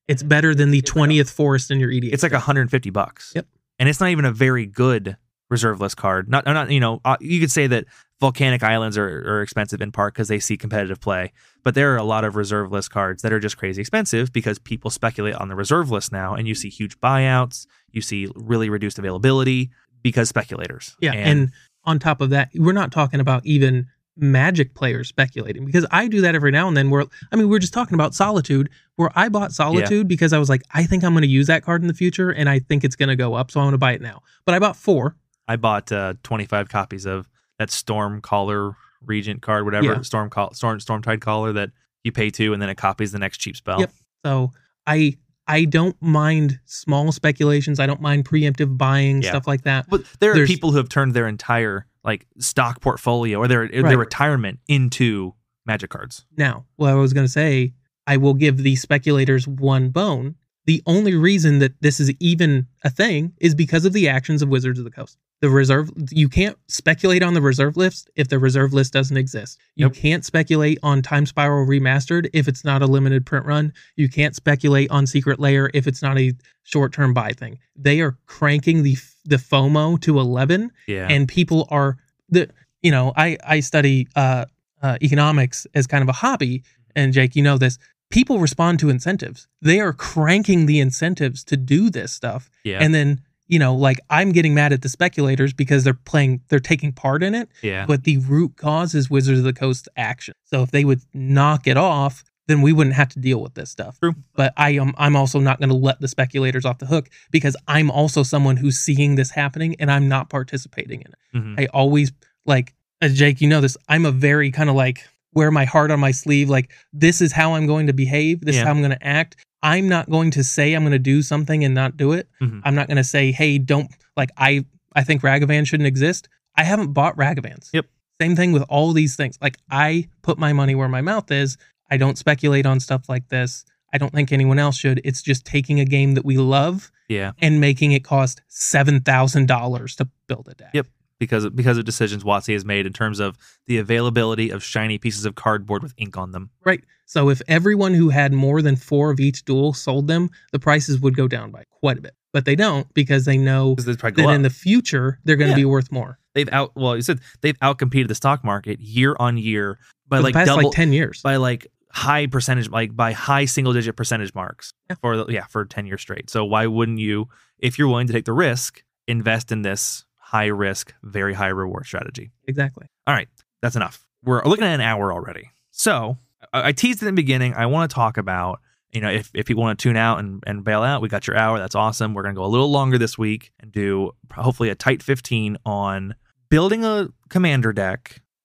Speaker 2: it's better than the 20th forest in your E EDH.
Speaker 3: it's like
Speaker 2: deck.
Speaker 3: 150 bucks.
Speaker 2: Yep.
Speaker 3: And it's not even a very good reserve list card. Not, I'm not, you know, uh, you could say that volcanic islands are, are expensive in part because they see competitive play, but there are a lot of reserve list cards that are just crazy expensive because people speculate on the reserve list now, and you see huge buyouts, you see really reduced availability because speculators.
Speaker 2: Yeah. And, on top of that, we're not talking about even magic players speculating because I do that every now and then where I mean we're just talking about solitude where I bought solitude because I was like I think I'm going to use that card in the future and I think it's going to go up so I'm going to buy it now. But I bought 4
Speaker 3: I bought uh, 25 copies of that Storm Caller Regent card, whatever
Speaker 2: Yeah.
Speaker 3: Storm Call, Storm Stormtide Caller that you pay to, and then it copies the next cheap spell.
Speaker 2: Yep. So I I don't mind small speculations. I don't mind preemptive buying
Speaker 3: Yeah.
Speaker 2: stuff like that.
Speaker 3: But there are
Speaker 2: There's-
Speaker 3: people who have turned their entire like stock portfolio or their their
Speaker 2: Right.
Speaker 3: retirement into magic cards.
Speaker 2: Now, what I was going to say, I will give the speculators one bone. The only reason that this is even a thing is because of the actions of Wizards of the Coast. The reserve, you can't speculate on the reserve list if the reserve list doesn't exist. You
Speaker 3: Yep.
Speaker 2: can't speculate on Time Spiral Remastered if it's not a limited print run. You can't speculate on Secret Layer if it's not a short term buy thing. They are cranking the, the FOMO to 11
Speaker 3: Yeah.
Speaker 2: and people are the you know i i study uh, uh economics as kind of a hobby
Speaker 3: Mm-hmm.
Speaker 2: and jake you know this people respond to incentives they are cranking the incentives to do this stuff
Speaker 3: yeah.
Speaker 2: and then you know like i'm getting mad at the speculators because they're playing they're taking part in it
Speaker 3: yeah.
Speaker 2: but the root cause is wizards of the coast action so if they would knock it off then we wouldn't have to deal with this stuff.
Speaker 3: True.
Speaker 2: But I am I'm also not going to let the speculators off the hook because I'm also someone who's seeing this happening and I'm not participating in it.
Speaker 3: Mhm.
Speaker 2: I always like as Jake, you know this, I'm a very kind of like wear my heart on my sleeve, like this is how I'm going to behave, this
Speaker 3: Yeah.
Speaker 2: is how I'm going to act. I'm not going to say I'm going to do something and not do it.
Speaker 3: Mhm.
Speaker 2: I'm not going to say, hey, don't like I I think Ragavan shouldn't exist. I haven't bought Ragavans.
Speaker 3: Yep.
Speaker 2: Same thing with all these things. Like I put my money where my mouth is. I don't speculate on stuff like this. I don't think anyone else should. It's just taking a game that we love
Speaker 3: Yeah,
Speaker 2: and making it cost seven thousand dollars to build a deck.
Speaker 3: Yep. because because of decisions Watsy has made in terms of the availability of shiny pieces of cardboard with ink on them.
Speaker 2: Right. So if everyone who had more than four of each duel sold them, the prices would go down by quite a bit. But they don't because they know
Speaker 3: Because they probably go
Speaker 2: that
Speaker 3: up.
Speaker 2: in the future they're going to
Speaker 3: Yeah.
Speaker 2: be worth more.
Speaker 3: they've out well, you said they've outcompeted the stock market year on year by
Speaker 2: For
Speaker 3: like
Speaker 2: the past
Speaker 3: double
Speaker 2: like ten years.
Speaker 3: by like high percentage like by high single digit percentage marks
Speaker 2: Yeah.
Speaker 3: for the- yeah for 10 years straight so why wouldn't you if you're willing to take the risk invest in this high risk very high reward strategy
Speaker 2: Exactly.
Speaker 3: that's enough we're looking at an hour already so i, I teased it in the beginning i want to talk about you know if, if people want to tune out and, and bail out we got your hour that's awesome we're going to go a little longer this week and do hopefully a tight 15 on building a commander deck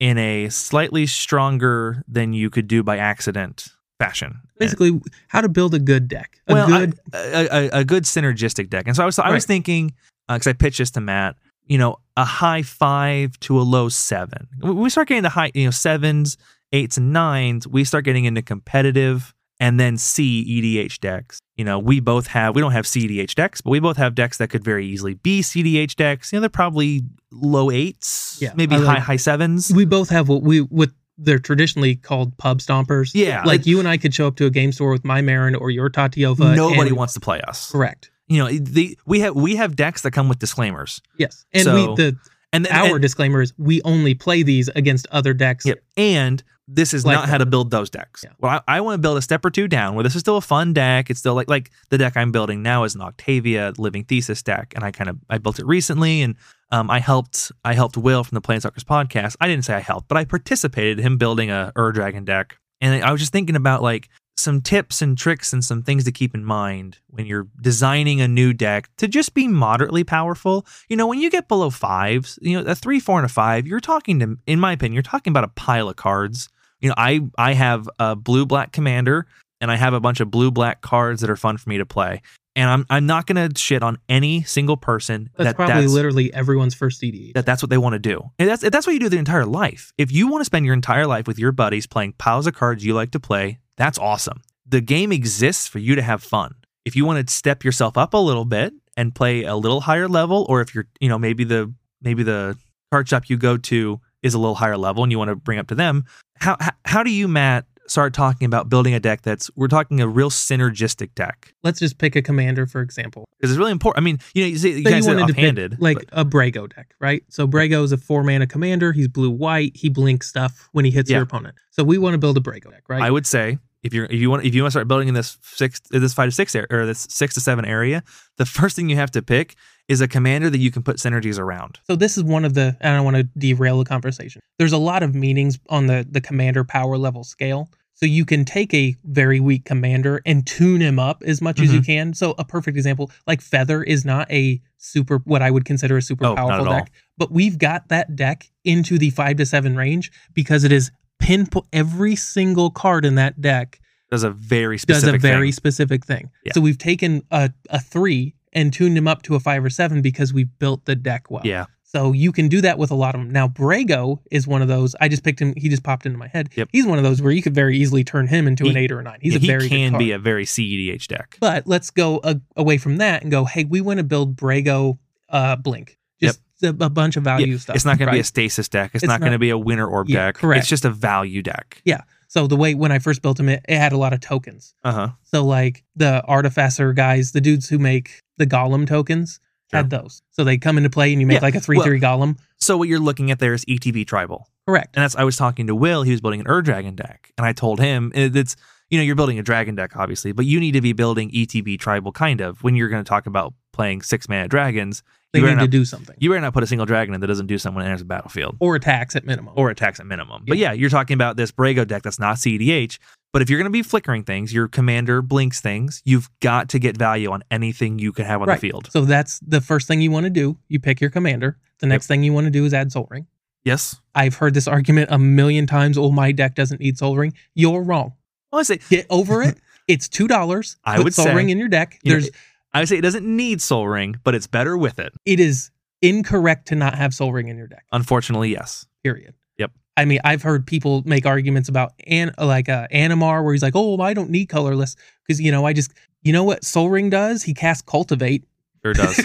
Speaker 3: in a slightly stronger than you could do by accident fashion
Speaker 2: Basically, how to build a good deck. A
Speaker 3: well,
Speaker 2: good
Speaker 3: I- a, a, a good synergistic deck. And so I was, I was
Speaker 2: Right.
Speaker 3: thinking, because I pitched this to Matt, you know, a high five to a low seven. When we start getting the high, you know, sevens, eights, and nines, we start getting into competitive and then CEDH decks. You know, we both have, we don't have CEDH decks, but we both have decks that could very easily be CEDH decks. You know, they're probably low eights,
Speaker 2: Yeah,
Speaker 3: maybe
Speaker 2: I like-
Speaker 3: high, high sevens.
Speaker 2: we both have what we what they're traditionally called pub stompers.
Speaker 3: Yeah.
Speaker 2: Like you and I could show up to a game store with my Marin or your Tatiova.
Speaker 3: nobody
Speaker 2: and-
Speaker 3: wants to play us.
Speaker 2: Correct.
Speaker 3: You know, the, we have we have decks that come with disclaimers.
Speaker 2: Yes. And
Speaker 3: So-
Speaker 2: we the
Speaker 3: And and-
Speaker 2: our disclaimer is we only play these against other decks.
Speaker 3: Yep. And this is
Speaker 2: Like
Speaker 3: not how to build those decks.
Speaker 2: Yeah.
Speaker 3: Well, I, I want to build a step or two down where this is still a fun deck. It's still like like the deck I'm building now is an Octavia Living Thesis deck, and I kind of I built it recently, and um, I helped I helped Will from the Planeswalkers podcast. I didn't say I helped, but I participated in him building a Ur Dragon deck, and I was just thinking about like some tips and tricks and some things to keep in mind when you're designing a new deck to just be moderately powerful. You know, when you get below fives, you know, a three, four, and a five, you're talking to, in my opinion, you're talking about a pile of cards. You know, I I have a blue black commander and I have a bunch of blue black cards that are fun for me to play. And I'm I'm not gonna shit on any single person
Speaker 2: That's
Speaker 3: that
Speaker 2: probably
Speaker 3: that's,
Speaker 2: literally everyone's first E. CD.
Speaker 3: that that's what they want to do. And that's that's what you do their entire life. If you want to spend your entire life with your buddies playing piles of cards you like to play, that's awesome. The game exists for you to have fun. If you want to step yourself up a little bit and play a little higher level, or if you're, you know, maybe the maybe the card shop you go to is a little higher level and you want to bring up to them, how how, how do you, Matt, start talking about building a deck that's we're talking a real synergistic deck?
Speaker 2: Let's just pick a commander for example.
Speaker 3: Because it's really important. I mean, you know, you, say, you
Speaker 2: Say
Speaker 3: guys said
Speaker 2: wanted to pick,
Speaker 3: offhanded,
Speaker 2: like
Speaker 3: but-
Speaker 2: a Brago deck, right? So Brago is a four mana commander. He's blue white. He blinks stuff when he hits
Speaker 3: Yeah.
Speaker 2: your opponent. So we want to build a Brago deck, right?
Speaker 3: I would say if you're if you want if you want to start building in this six this five to six area or this six to seven area, the first thing you have to pick is a commander that you can put synergies around.
Speaker 2: so this is one of the and I don't want to derail the conversation. There's a lot of meanings on the the commander power level scale. So you can take a very weak commander and tune him up as much
Speaker 3: Mm-hmm.
Speaker 2: as you can. So a perfect example, like Feather is not a super what I would consider a super
Speaker 3: Oh, not
Speaker 2: powerful
Speaker 3: at all.
Speaker 2: deck, but we've got that deck into the 5 to 7 range because it is pinpoint every single card in that deck
Speaker 3: Does a very
Speaker 2: does
Speaker 3: specific
Speaker 2: a very
Speaker 3: thing.
Speaker 2: specific thing.
Speaker 3: Yeah.
Speaker 2: So we've taken a, a three and tuned him up to a five or seven because we built the deck well.
Speaker 3: yeah
Speaker 2: So you can do that with a lot of them. Now Brago is one of those. I just picked him. He just popped into my head.
Speaker 3: Yep.
Speaker 2: He's one of those where you could very easily turn him into an
Speaker 3: He-
Speaker 2: eight or a nine. He's a
Speaker 3: he
Speaker 2: very good
Speaker 3: can
Speaker 2: card.
Speaker 3: be a very CEDH deck.
Speaker 2: But let's go a, away from that and go. Hey, we want to build Brago uh, Blink. Just a, a bunch of value
Speaker 3: Yeah,
Speaker 2: stuff.
Speaker 3: it's not going to be a
Speaker 2: right?
Speaker 3: stasis deck. It's,
Speaker 2: It's
Speaker 3: not, going to
Speaker 2: not-
Speaker 3: be a winner orb
Speaker 2: Yeah,
Speaker 3: deck.
Speaker 2: correct.
Speaker 3: It's just a value deck.
Speaker 2: So the way when I first built him, it, it had a lot of tokens.
Speaker 3: Uh huh.
Speaker 2: So like the artificer guys, the dudes who make the golem tokens had those. So they come into play and you make
Speaker 3: Yeah,
Speaker 2: like a three three golem.
Speaker 3: So what you're looking at there is ETB tribal.
Speaker 2: Correct.
Speaker 3: and that's I was talking to Will. He was building an Ur Dragon deck, and I told him it- it's you know you're building a dragon deck obviously, but you need to be building ETB tribal kind of when you're going to talk about playing six mana dragons.
Speaker 2: They
Speaker 3: you better
Speaker 2: need to do
Speaker 3: not,
Speaker 2: something.
Speaker 3: you better not put a single dragon in that doesn't do someone enters the battlefield
Speaker 2: or attacks at minimum.
Speaker 3: or attacks at minimum. But yeah, you're talking about this Brago deck that's not CDH. But if you're going to be flickering things, your commander blinks things, you've got to get value on anything you can have on
Speaker 2: Right.
Speaker 3: the field.
Speaker 2: So that's the first thing you want to do. You pick your commander. The next thing you want to do is add Soul Ring.
Speaker 3: Yes.
Speaker 2: I've heard this argument a million times. Oh, my deck doesn't need Soul Ring. You're wrong.
Speaker 3: Well, I say
Speaker 2: Get over
Speaker 3: *laughs*
Speaker 2: it. It's two dollars.
Speaker 3: I
Speaker 2: Put
Speaker 3: would
Speaker 2: Soul
Speaker 3: say,
Speaker 2: Ring in your deck.
Speaker 3: you know,
Speaker 2: There's
Speaker 3: I would say it doesn't need Soul Ring, but it's better with it.
Speaker 2: it is incorrect to not have Soul Ring in your deck.
Speaker 3: Unfortunately, yes.
Speaker 2: Period.
Speaker 3: Yep.
Speaker 2: I mean, I've heard people make arguments about an like uh, Animar, where he's like, "Oh, I don't need colorless because you know I just you know what Soul Ring does? He casts Cultivate,
Speaker 3: Sure *laughs* does.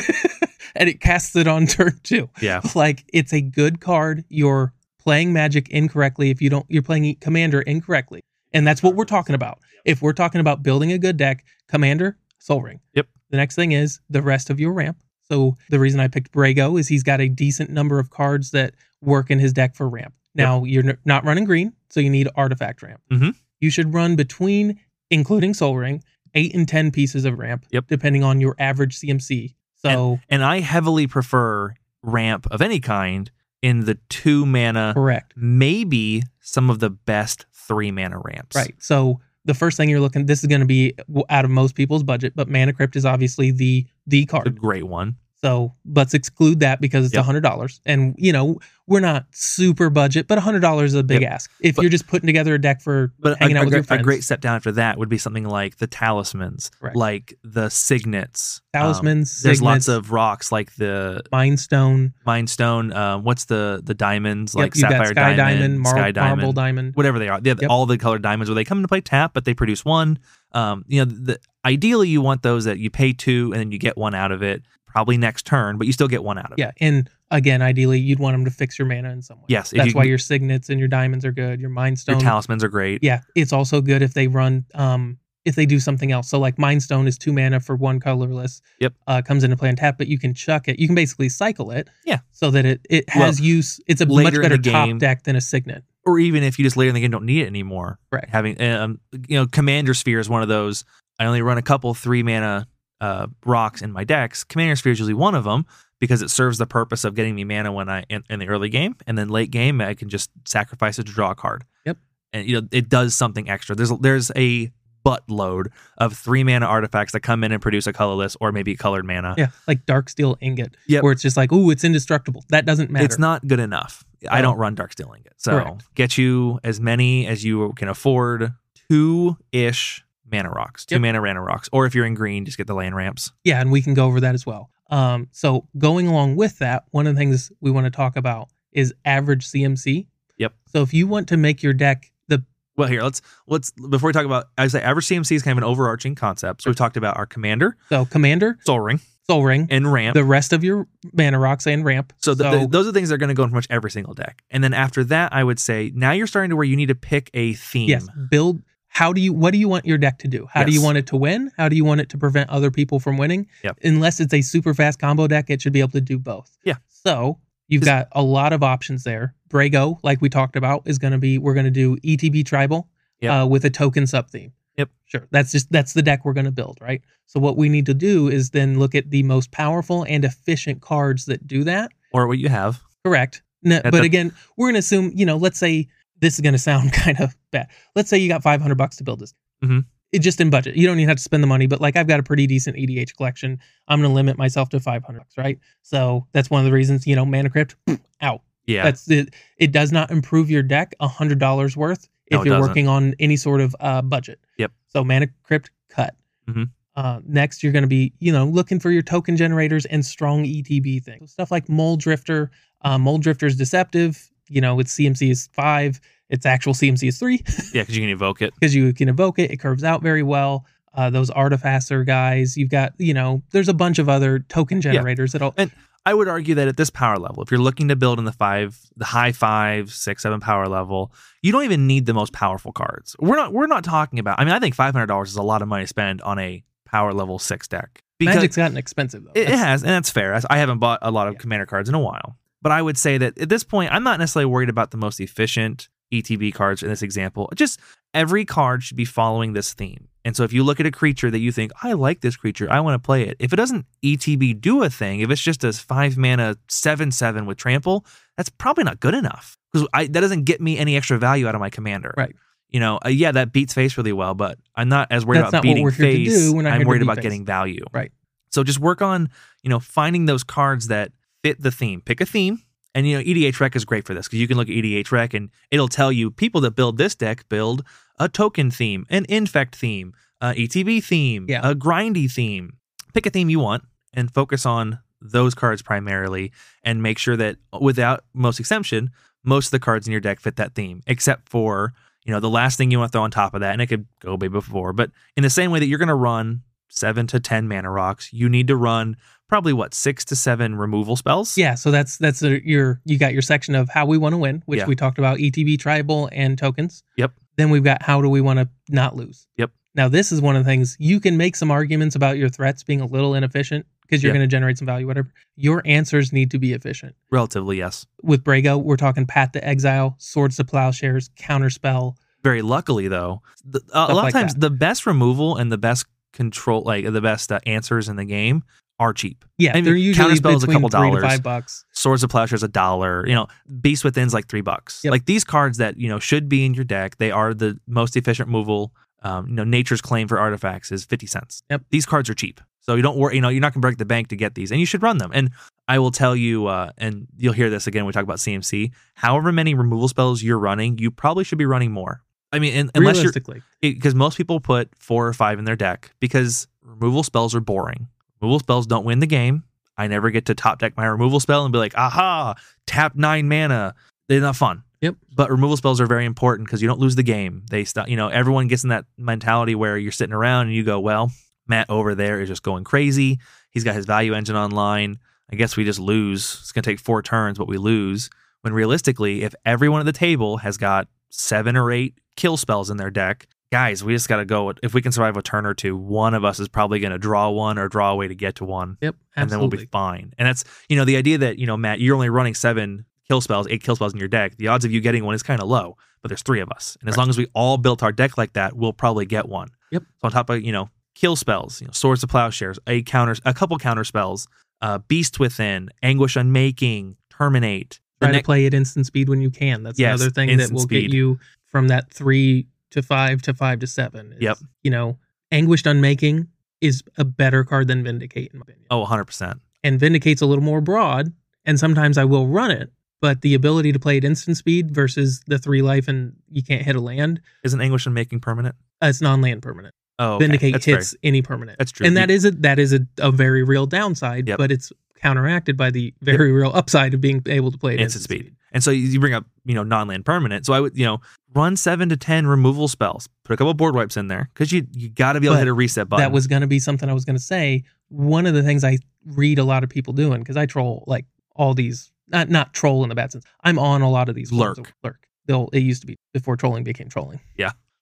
Speaker 2: *laughs* and it casts it on turn two.
Speaker 3: yeah.
Speaker 2: like it's a good card. You're playing Magic incorrectly if you don't. You're playing Commander incorrectly, and that's what we're talking about. If we're talking about building a good deck, Commander Soul Ring.
Speaker 3: Yep.
Speaker 2: The next thing is the rest of your ramp. So the reason I picked Brago is he's got a decent number of cards that work in his deck for ramp. Now you're n- not running green, so you need artifact ramp.
Speaker 3: Mhm.
Speaker 2: You should run between, including Soul Ring, eight and ten pieces of ramp,
Speaker 3: Yep.
Speaker 2: depending on your average CMC. So
Speaker 3: And I heavily prefer ramp of any kind in the two mana,
Speaker 2: correct.
Speaker 3: maybe some of the best three mana ramps.
Speaker 2: Right. So the first thing you're looking, this is going to be w- out of most people's budget, but Mana Crypt is obviously the the
Speaker 3: It's a
Speaker 2: card.
Speaker 3: great one.
Speaker 2: So let's exclude that because it's a
Speaker 3: Yep.
Speaker 2: hundred dollars, and you know we're not super budget, but a hundred dollars is a big ask if
Speaker 3: But-
Speaker 2: you're just putting together a deck for
Speaker 3: But
Speaker 2: hanging
Speaker 3: a,
Speaker 2: out
Speaker 3: a
Speaker 2: with
Speaker 3: gre-
Speaker 2: your friends.
Speaker 3: a great step down after that would be something like the talismans,
Speaker 2: Correct.
Speaker 3: like the signets. Um,
Speaker 2: talismans.
Speaker 3: there's
Speaker 2: signets,
Speaker 3: lots of rocks like the
Speaker 2: Mind Stone,
Speaker 3: mine stone. Um, what's the the diamonds
Speaker 2: Yep,
Speaker 3: like
Speaker 2: you've
Speaker 3: sapphire
Speaker 2: got Sky Diamond, Mar-
Speaker 3: sky diamond,
Speaker 2: Marble Diamond.
Speaker 3: whatever they are. They have
Speaker 2: Yep.
Speaker 3: all the colored diamonds where they come into play tap, but they produce one. Um, you know, the, ideally you want those that you pay two and then you get one out of it, probably next turn, but you still get one out of it.
Speaker 2: Yeah, and again, ideally, you'd want them to fix your mana in some way.
Speaker 3: Yes, if
Speaker 2: that's
Speaker 3: you
Speaker 2: why
Speaker 3: can-
Speaker 2: your signets and your diamonds are good. Your Mind
Speaker 3: Your
Speaker 2: Stone,
Speaker 3: talismans are great.
Speaker 2: yeah it's also good if they run um if they do something else so like mind stone is two mana for one colorless
Speaker 3: Yep.
Speaker 2: uh comes into play and tap but you can chuck it you can basically cycle it
Speaker 3: Yeah.
Speaker 2: so that it it
Speaker 3: Well,
Speaker 2: has use it's a
Speaker 3: later
Speaker 2: much
Speaker 3: in
Speaker 2: better
Speaker 3: the
Speaker 2: top
Speaker 3: game-
Speaker 2: deck than a signet
Speaker 3: Or even if you just later in the game don't need it anymore.
Speaker 2: Correct.
Speaker 3: Having um, you know, commander sphere is one of those. I only run a couple three mana uh, rocks in my decks. Commander sphere is usually one of them because it serves the purpose of getting me mana when I in, in the early game, and then late game I can just sacrifice it to draw a card.
Speaker 2: Yep.
Speaker 3: And you know it does something extra. There's there's a buttload of three mana artifacts that come in and produce a colorless or maybe colored mana.
Speaker 2: yeah like dark steel ingot
Speaker 3: Uh. Yep.
Speaker 2: where it's just like oh it's indestructible that doesn't matter
Speaker 3: It's not good enough. I
Speaker 2: No.
Speaker 3: don't run dark stealing it. So
Speaker 2: Correct.
Speaker 3: get you as many as you can afford. Two ish mana rocks, two
Speaker 2: Yep.
Speaker 3: mana mana rocks, or if you're in green, just get the land ramps.
Speaker 2: yeah and we can go over that as well um so going along with that one of the things we want to talk about is average cmc
Speaker 3: Yep.
Speaker 2: so if you want to make your deck the
Speaker 3: Well, here let's let's before we talk about I say average CMC is kind of an overarching concept. So we've talked about our commander,
Speaker 2: so commander
Speaker 3: soul ring,
Speaker 2: soul ring
Speaker 3: and ramp.
Speaker 2: the rest of your mana rocks and ramp.
Speaker 3: So, th th- those are things that are going to go in pretty much every single deck. And then after that, I would say now you're starting to where you need to pick a theme.
Speaker 2: yes, build. How do you? What do you want your deck to do? How do you
Speaker 3: Yes.
Speaker 2: want it to win? How do you want it to prevent other people from winning?
Speaker 3: Yep.
Speaker 2: Unless it's a super fast combo deck, it should be able to do both.
Speaker 3: Yeah.
Speaker 2: So you've
Speaker 3: Is-
Speaker 2: got a lot of options there. Brago, like we talked about, is going to be we're going to do ETB tribal
Speaker 3: Yep.
Speaker 2: uh, with a token sub theme.
Speaker 3: Yep.
Speaker 2: Sure. That's just that's the deck we're going to build, right? So what we need to do is then look at the most powerful and efficient cards that do that.
Speaker 3: Or what you have.
Speaker 2: Correct. No,
Speaker 3: At
Speaker 2: but
Speaker 3: the-
Speaker 2: again, we're going to assume, you know, let's say this is going to *laughs* sound kind of bad. Let's say you got 500 bucks to build this.
Speaker 3: Mhm.
Speaker 2: It just in budget. You don't even have to spend the money, but like I've got a pretty decent EDH collection. I'm going to limit myself to 500 bucks, right? So that's one of the reasons, you know, Mana Crypt *clears throat* out.
Speaker 3: Yeah.
Speaker 2: That's it. It does not improve your deck $100 worth if
Speaker 3: No, it
Speaker 2: you're
Speaker 3: doesn't.
Speaker 2: working on any sort of uh, budget.
Speaker 3: Yep.
Speaker 2: So Mana Crypt cut.
Speaker 3: Mhm.
Speaker 2: Uh, next, you're going to be, you know, looking for your token generators and strong ETB things. So stuff like Mole Drifter, uh, Mold Drifter is deceptive. You know, its CMC is five, its actual CMC is three
Speaker 3: yeah, because you can evoke it.
Speaker 2: because you can evoke it. It curves out very well. Uh, those artifacer guys, you've got, you know, there's a bunch of other token generators that'll.
Speaker 3: And- I would argue that at this power level, if you're looking to build in the five, the high five, six, seven power level, you don't even need the most powerful cards. We're not we're not talking about. I mean, I think five hundred dollars is a lot of money to spend on a power level six deck
Speaker 2: Magic's gotten expensive though.
Speaker 3: it, it
Speaker 2: That's-
Speaker 3: has, and that's fair. I haven't bought a lot of
Speaker 2: Yeah.
Speaker 3: commander cards in a while, but I would say that at this point, I'm not necessarily worried about the most efficient ETB cards in this example. Just every card should be following this theme. And so, if you look at a creature that you think, I like this creature, I want to play it. If it doesn't ETB do a thing, if it's just a five mana seven seven with trample, that's probably not good enough because that doesn't get me any extra value out of my commander.
Speaker 2: Right.
Speaker 3: you know, uh, yeah, that beats face really well, but I'm not as worried
Speaker 2: That's
Speaker 3: about
Speaker 2: not what
Speaker 3: beating
Speaker 2: we're here to
Speaker 3: face.
Speaker 2: do. We're not here
Speaker 3: I'm
Speaker 2: to
Speaker 3: worried
Speaker 2: beat
Speaker 3: about
Speaker 2: face.
Speaker 3: getting value.
Speaker 2: Right.
Speaker 3: So just work on, you know, finding those cards that fit the theme. Pick a theme. And you know, EDH Rec is great for this because you can look at EDH Rec and it'll tell you people that build this deck build a token theme, an infect theme, a ETB theme,
Speaker 2: Yeah.
Speaker 3: a grindy theme. Pick a theme you want and focus on those cards primarily and make sure that uh, without most exemption, most of the cards in your deck fit that theme, except for, you know, the last thing you want to throw on top of that, and it could go way before, but in the same way that you're gonna run seven to ten mana rocks, you need to run probably what, six to seven removal spells?
Speaker 2: Yeah, so that's that's a, your you got your section of how we want to win, which
Speaker 3: Yeah.
Speaker 2: we talked about ETB tribal and tokens.
Speaker 3: Yep.
Speaker 2: Then we've got how do we want to not lose.
Speaker 3: Yep.
Speaker 2: Now this is one of the things you can make some arguments about your threats being a little inefficient because you're
Speaker 3: Yeah.
Speaker 2: going to generate some value, whatever. Your answers need to be efficient.
Speaker 3: Relatively, yes.
Speaker 2: With Brago, we're talking Path to Exile, Swords to Plowshares, Counterspell.
Speaker 3: very luckily though the, a lot
Speaker 2: Stuff like
Speaker 3: of times
Speaker 2: that.
Speaker 3: the best removal and the best control like the best uh, answers in the game are cheap
Speaker 2: Yeah,
Speaker 3: I mean,
Speaker 2: they're usually
Speaker 3: Counterspell
Speaker 2: between
Speaker 3: is a couple
Speaker 2: three
Speaker 3: dollars.
Speaker 2: to five bucks.
Speaker 3: swords of plowshares a dollar you know beast within's like three bucks
Speaker 2: Yep.
Speaker 3: like these cards that you know should be in your deck they are the most efficient removal um, you know nature's claim for artifacts is 50 cents
Speaker 2: Yep.
Speaker 3: these cards are cheap so you don't worry you know you're not going to break the bank to get these and you should run them and i will tell you uh, and you'll hear this again when we talk about cmc however many removal spells you're running you probably should be running more i mean un- unless you're
Speaker 2: Realistically,
Speaker 3: because most people put four or five in their deck because removal spells are boring. Removal spells don't win the game. I never get to top deck my removal spell and be like, aha, tap nine mana. They're not fun.
Speaker 2: Yep.
Speaker 3: But removal spells are very important because you don't lose the game. They stop, you know, everyone gets in that mentality where you're sitting around and you go, well, Matt over there is just going crazy. He's got his value engine online. I guess we just lose. It's going to take four turns, but we lose. When realistically, if everyone at the table has got seven or eight kill spells in their deck, guys, we just got to go. If we can survive a turn or two, one of us is probably going to draw one or draw away to get to one,
Speaker 2: yep, absolutely.
Speaker 3: and then we'll be fine. And that's, you know, the idea that, you know, Matt, you're only running seven kill spells, eight kill spells in your deck. The odds of you getting one is kind of low, but there's three of us. And as
Speaker 2: Right.
Speaker 3: long as we all built our deck like that, we'll probably get one.
Speaker 2: Yep.
Speaker 3: So on top of, you know, kill spells, you know, swords of plowshares, a counter, a couple counter spells, uh, beast within, anguish unmaking, terminate. The
Speaker 2: try
Speaker 3: next-
Speaker 2: to play at instant speed when you can. That's
Speaker 3: Yes,
Speaker 2: another thing that
Speaker 3: instant
Speaker 2: will
Speaker 3: speed.
Speaker 2: get you from that three to five to five to seven. is,
Speaker 3: Yep.
Speaker 2: You know, Anguished Unmaking is a better card than Vindicate, in my opinion.
Speaker 3: oh, 100%.
Speaker 2: And Vindicate's a little more broad, and sometimes I will run it, but the ability to play at instant speed versus the three life and you can't hit a land,
Speaker 3: Isn't anguish unmaking permanent?
Speaker 2: uh, it's non land permanent.
Speaker 3: Oh, okay.
Speaker 2: Vindicate
Speaker 3: That's fair.
Speaker 2: hits any permanent.
Speaker 3: That's true.
Speaker 2: And
Speaker 3: You-
Speaker 2: that is a that is a, a very real downside,
Speaker 3: Yep.
Speaker 2: but it's counteracted by the very real upside of being able to play at
Speaker 3: instant speed. And so you- you bring up, you know, non-land permanent. So I would, you know, run seven to ten removal spells. Put a couple board wipes in there because you you got to be able to
Speaker 2: But
Speaker 3: hit a reset button.
Speaker 2: That was going to be something I was going to say. One of the things I read a lot of people doing because I troll like all these not not troll in the bad sense. I'm on a lot of these forums
Speaker 3: Lurk.
Speaker 2: of lurk. They'll, it used to be before trolling became trolling.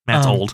Speaker 3: Matt's
Speaker 2: um,
Speaker 3: old.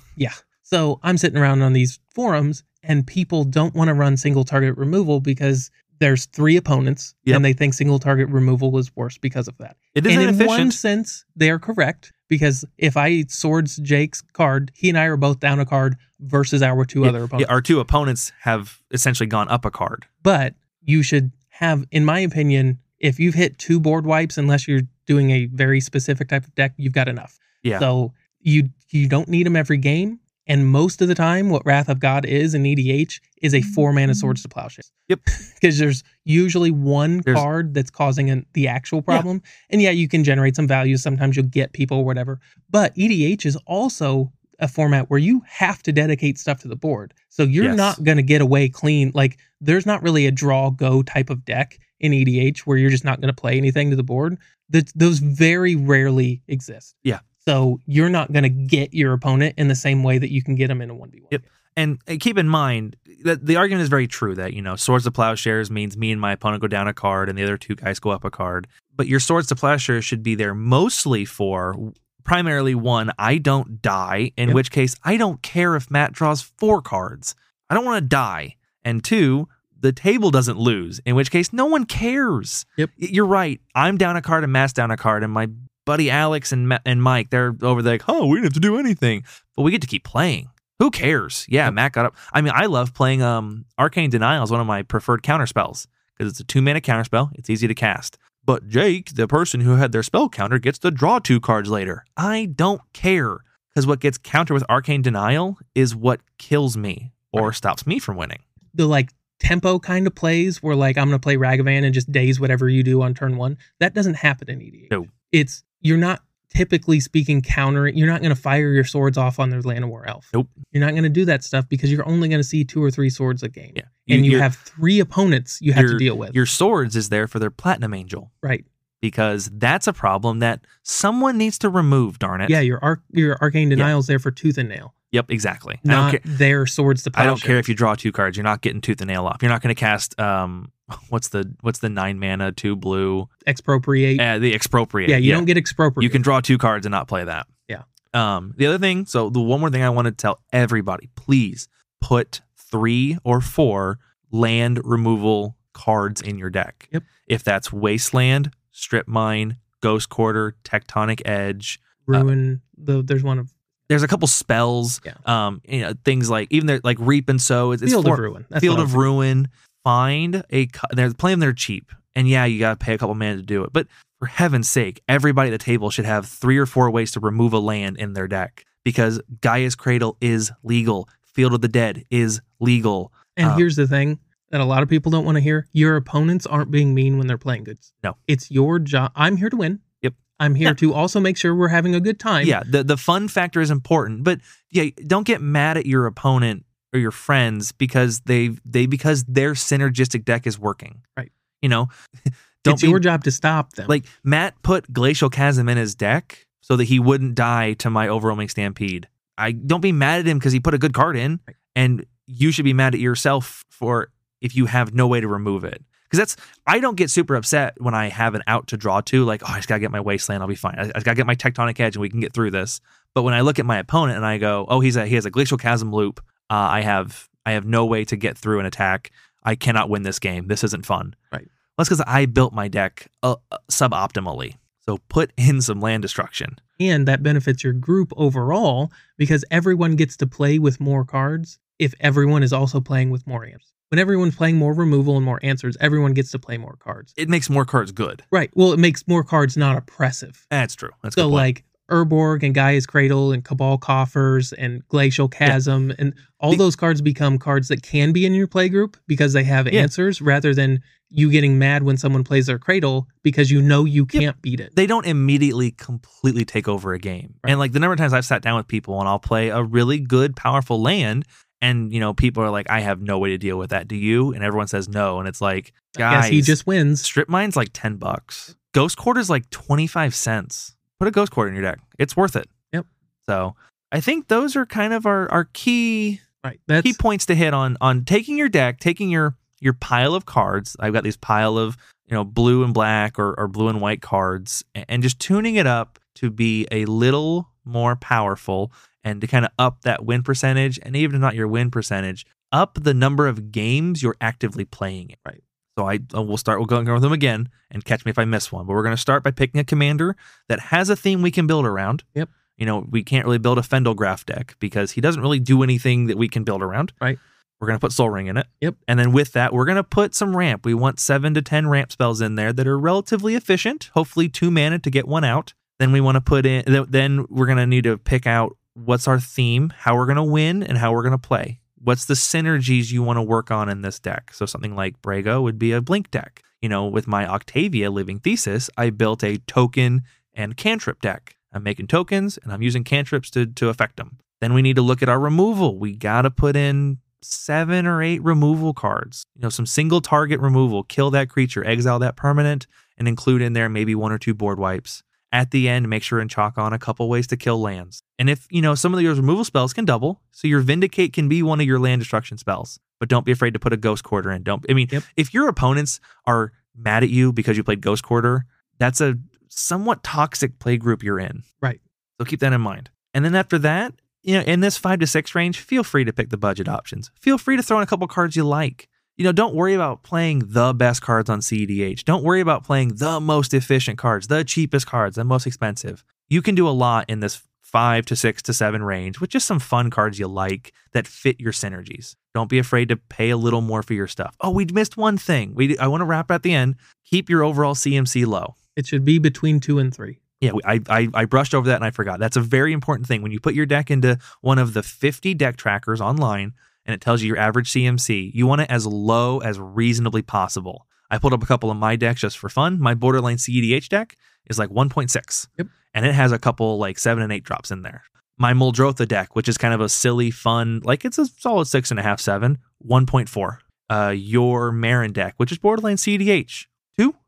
Speaker 2: So I'm sitting around on these forums and people don't want to run single target removal because there's three opponents
Speaker 3: Yep.
Speaker 2: and they think single target removal is worse because of that.
Speaker 3: It is
Speaker 2: and in one
Speaker 3: inefficient.
Speaker 2: sense, they are correct because if I swords Jake's card, he and I are both down a card versus our two other opponents.
Speaker 3: Yeah, our two opponents have essentially gone up a card.
Speaker 2: but you should have, in my opinion, if you've hit two board wipes, unless you're doing a very specific type of deck, you've got enough.
Speaker 3: Yeah.
Speaker 2: So you you don't need them every game, and most of the time, what Wrath of God is in EDH is a four mana Swords to Plowshares. *laughs*
Speaker 3: Yep.
Speaker 2: Because there's usually one
Speaker 3: There's-
Speaker 2: card that's causing an, the actual problem, and yeah, you can generate some value. Sometimes you'll get people or whatever, but EDH is also a format where you have to dedicate stuff to the board. So you're
Speaker 3: Yes.
Speaker 2: not going to get away clean. Like there's not really a draw go type of deck in EDH where you're just not going to play anything to the board. That those very rarely exist.
Speaker 3: Yeah.
Speaker 2: So you're not going to get your opponent in the same way that you can get them in a 1v1.
Speaker 3: Yep. And uh, keep in mind that the argument is very true that, you know, swords to plowshares means me and my opponent go down a card and the other two guys go up a card. But your swords to plowshares should be there mostly for primarily one, I don't die, in
Speaker 2: Yep.
Speaker 3: which case I don't care if Matt draws four cards. I don't want to die. And two, the table doesn't lose, in which case no one cares.
Speaker 2: Yep.
Speaker 3: Y- You're right. I'm down a card and Matt's down a card and my buddy Alex and Ma- and Mike, they're over there like, oh, we didn't have to do anything. But we get to keep playing. Who cares? Yeah,
Speaker 2: Yep.
Speaker 3: Matt got up. I mean, I love playing um Arcane Denial is one of my preferred counter spells because it's a two mana counter spell. It's easy to cast. But Jake, the person who had their spell counter, gets to draw two cards later. I don't care. Because what gets countered with arcane denial is what kills me or stops me from winning.
Speaker 2: the like tempo kind of plays where like I'm gonna play Ragavan and just daze whatever you do on turn one. That doesn't happen in EDH.
Speaker 3: No.
Speaker 2: It's you're not typically speaking counter. You're not gonna fire your swords off on their Land War Elf.
Speaker 3: Nope.
Speaker 2: You're not gonna do that stuff because you're only gonna see two or three swords a game.
Speaker 3: Yeah.
Speaker 2: and you
Speaker 3: your-
Speaker 2: have three opponents you have to
Speaker 3: your-
Speaker 2: deal with.
Speaker 3: your swords is there for their platinum angel
Speaker 2: right.
Speaker 3: because that's a problem that someone needs to remove. Darn it.
Speaker 2: Yeah, your arc your arcane denial's there for tooth and nail.
Speaker 3: Yep. Exactly. I don't
Speaker 2: Not
Speaker 3: care.
Speaker 2: their swords to
Speaker 3: I don't
Speaker 2: plowshare.
Speaker 3: care if you draw two cards. You're not getting tooth and nail off. You're not going to cast um, *laughs* what's the what's the nine mana two blue
Speaker 2: Expropriate.
Speaker 3: uh, the expropriate.
Speaker 2: yeah, you don't get expropriate.
Speaker 3: you can draw two cards and not play that.
Speaker 2: Yeah.
Speaker 3: Um, the other thing, so the one more thing I want to tell everybody, please put three or four land removal cards in your deck.
Speaker 2: Yep.
Speaker 3: If that's Wasteland, Strip Mine, Ghost Quarter, Tectonic Edge,
Speaker 2: ruin the there's one of
Speaker 3: there's a couple spells.
Speaker 2: Yeah.
Speaker 3: Um, you know, things like even there, like Reap and Sow. It's, it's
Speaker 2: Field
Speaker 3: four-
Speaker 2: of Ruin. That's
Speaker 3: *laughs* Field
Speaker 2: what I
Speaker 3: of Ruin. Find a. co- They're playing. They're cheap, and yeah, you gotta pay a couple mana to do it. But for heaven's sake, everybody at the table should have three or four ways to remove a land in their deck because Gaia's Cradle is legal. Field of the Dead is legal.
Speaker 2: And
Speaker 3: Um,
Speaker 2: here's the thing that a lot of people don't want to hear: your opponents aren't being mean when they're playing goods.
Speaker 3: No.
Speaker 2: it's your job. I'm here to win.
Speaker 3: Yep.
Speaker 2: I'm here
Speaker 3: Yeah.
Speaker 2: to also make sure we're having a good time.
Speaker 3: yeah, the the fun factor is important, but yeah, don't get mad at your opponent or your friends because they they because their synergistic deck is working.
Speaker 2: Right.
Speaker 3: You know, *laughs* don't
Speaker 2: it's
Speaker 3: be
Speaker 2: your job to stop them.
Speaker 3: Like Matt put Glacial Chasm in his deck so that he wouldn't die to my overwhelming stampede. I don't be mad at him because he put a good card in,
Speaker 2: Right.
Speaker 3: and you should be mad at yourself for if you have no way to remove it. Because that's I don't get super upset when I have an out to draw to, like oh I just gotta get my wasteland, I'll be fine. I, I just gotta get my tectonic edge, and we can get through this. But when I look at my opponent and I go, oh he's a he has a glacial chasm loop, uh, I have I have no way to get through an attack. I cannot win this game. This isn't fun.
Speaker 2: Right.
Speaker 3: Well, that's because I built my deck uh, uh, suboptimally. So put in some land destruction.
Speaker 2: and that benefits your group overall because everyone gets to play with more cards if everyone is also playing with more amps. When everyone's playing more removal and more answers, everyone gets to play more cards.
Speaker 3: It makes more cards good.
Speaker 2: Right. Well, it makes more cards not oppressive.
Speaker 3: That's true. That's a
Speaker 2: so
Speaker 3: good point.
Speaker 2: like Urborg and Gaia's Cradle and Cabal Coffers and Glacial Chasm and all
Speaker 3: Be-
Speaker 2: those cards become cards that can be in your playgroup because they have
Speaker 3: Yeah.
Speaker 2: answers rather than you getting mad when someone plays their cradle because you know you can't beat it.
Speaker 3: they don't immediately completely take over a game.
Speaker 2: Right.
Speaker 3: And like the number of times I've sat down with people and I'll play a really good, powerful land, and you know, people are like, I have no way to deal with that. Do you? And everyone says no. And it's like, guys,
Speaker 2: Yes, he just wins.
Speaker 3: strip mine's like 10 bucks. Ghost quarter's like 25 cents. Put a ghost quarter in your deck. It's worth it.
Speaker 2: Yep.
Speaker 3: So I think those are kind of our, our key
Speaker 2: Right. That's
Speaker 3: key points to hit on on taking your deck, taking your your pile of cards. I've got these pile of you know blue and black or, or blue and white cards, a- and just tuning it up to be a little more powerful and to kind of up that win percentage, and even if not your win percentage, up the number of games you're actively playing it. Right. So I uh, we'll start. We'll go over them again and catch me if I miss one. But we're going to start by picking a commander that has a theme we can build around.
Speaker 2: Yep.
Speaker 3: You know, we can't really build a Fendelgraph deck because he doesn't really do anything that we can build around.
Speaker 2: Right.
Speaker 3: We're going to put Soul Ring in it.
Speaker 2: Yep.
Speaker 3: And then with that, we're going to put some ramp. We want seven to 10 ramp spells in there that are relatively efficient, hopefully two mana to get one out. Then we want to put in, th- then we're going to need to pick out what's our theme, how we're going to win, and how we're going to play. What's the synergies you want to work on in this deck? So something like Brago would be a blink deck. You know, with my Octavia Living Thesis, I built a token and cantrip deck. I'm making tokens and I'm using cantrips to, to affect them. Then we need to look at our removal. We got to put in seven or eight removal cards. You know, some single target removal, kill that creature, exile that permanent, and include in there maybe one or two board wipes. At the end, make sure and chalk on a couple ways to kill lands. And if, you know, some of your removal spells can double, so your Vindicate can be one of your land destruction spells. But don't be afraid to put a Ghost Quarter in. Don't, I mean,
Speaker 2: Yep.
Speaker 3: if your opponents are mad at you because you played Ghost Quarter, that's a somewhat toxic play group you're in.
Speaker 2: Right.
Speaker 3: So keep that in mind. And then after that, you know, in this five to six range, feel free to pick the budget options. Feel free to throw in a couple cards you like. You know, don't worry about playing the best cards on CEDH. Don't worry about playing the most efficient cards, the cheapest cards, the most expensive. You can do a lot in this five to six to seven range with just some fun cards you like that fit your synergies. Don't be afraid to pay a little more for your stuff. Oh, we missed one thing. We I want to wrap at the end. Keep your overall CMC low.
Speaker 2: it should be between two and three.
Speaker 3: Yeah, we- I, I I brushed over that and I forgot. That's a very important thing. When you put your deck into one of the 50 deck trackers online and it tells you your average CMC, you want it as low as reasonably possible. I pulled up a couple of my decks just for fun. My borderline CEDH deck is like 1.6.
Speaker 2: Yep.
Speaker 3: And it has a couple like seven and eight drops in there. My Muldrotha deck, which is kind of a silly, fun, like it's a solid six and a half, seven, 1.4. Uh, your Marin deck, which is borderline CDH,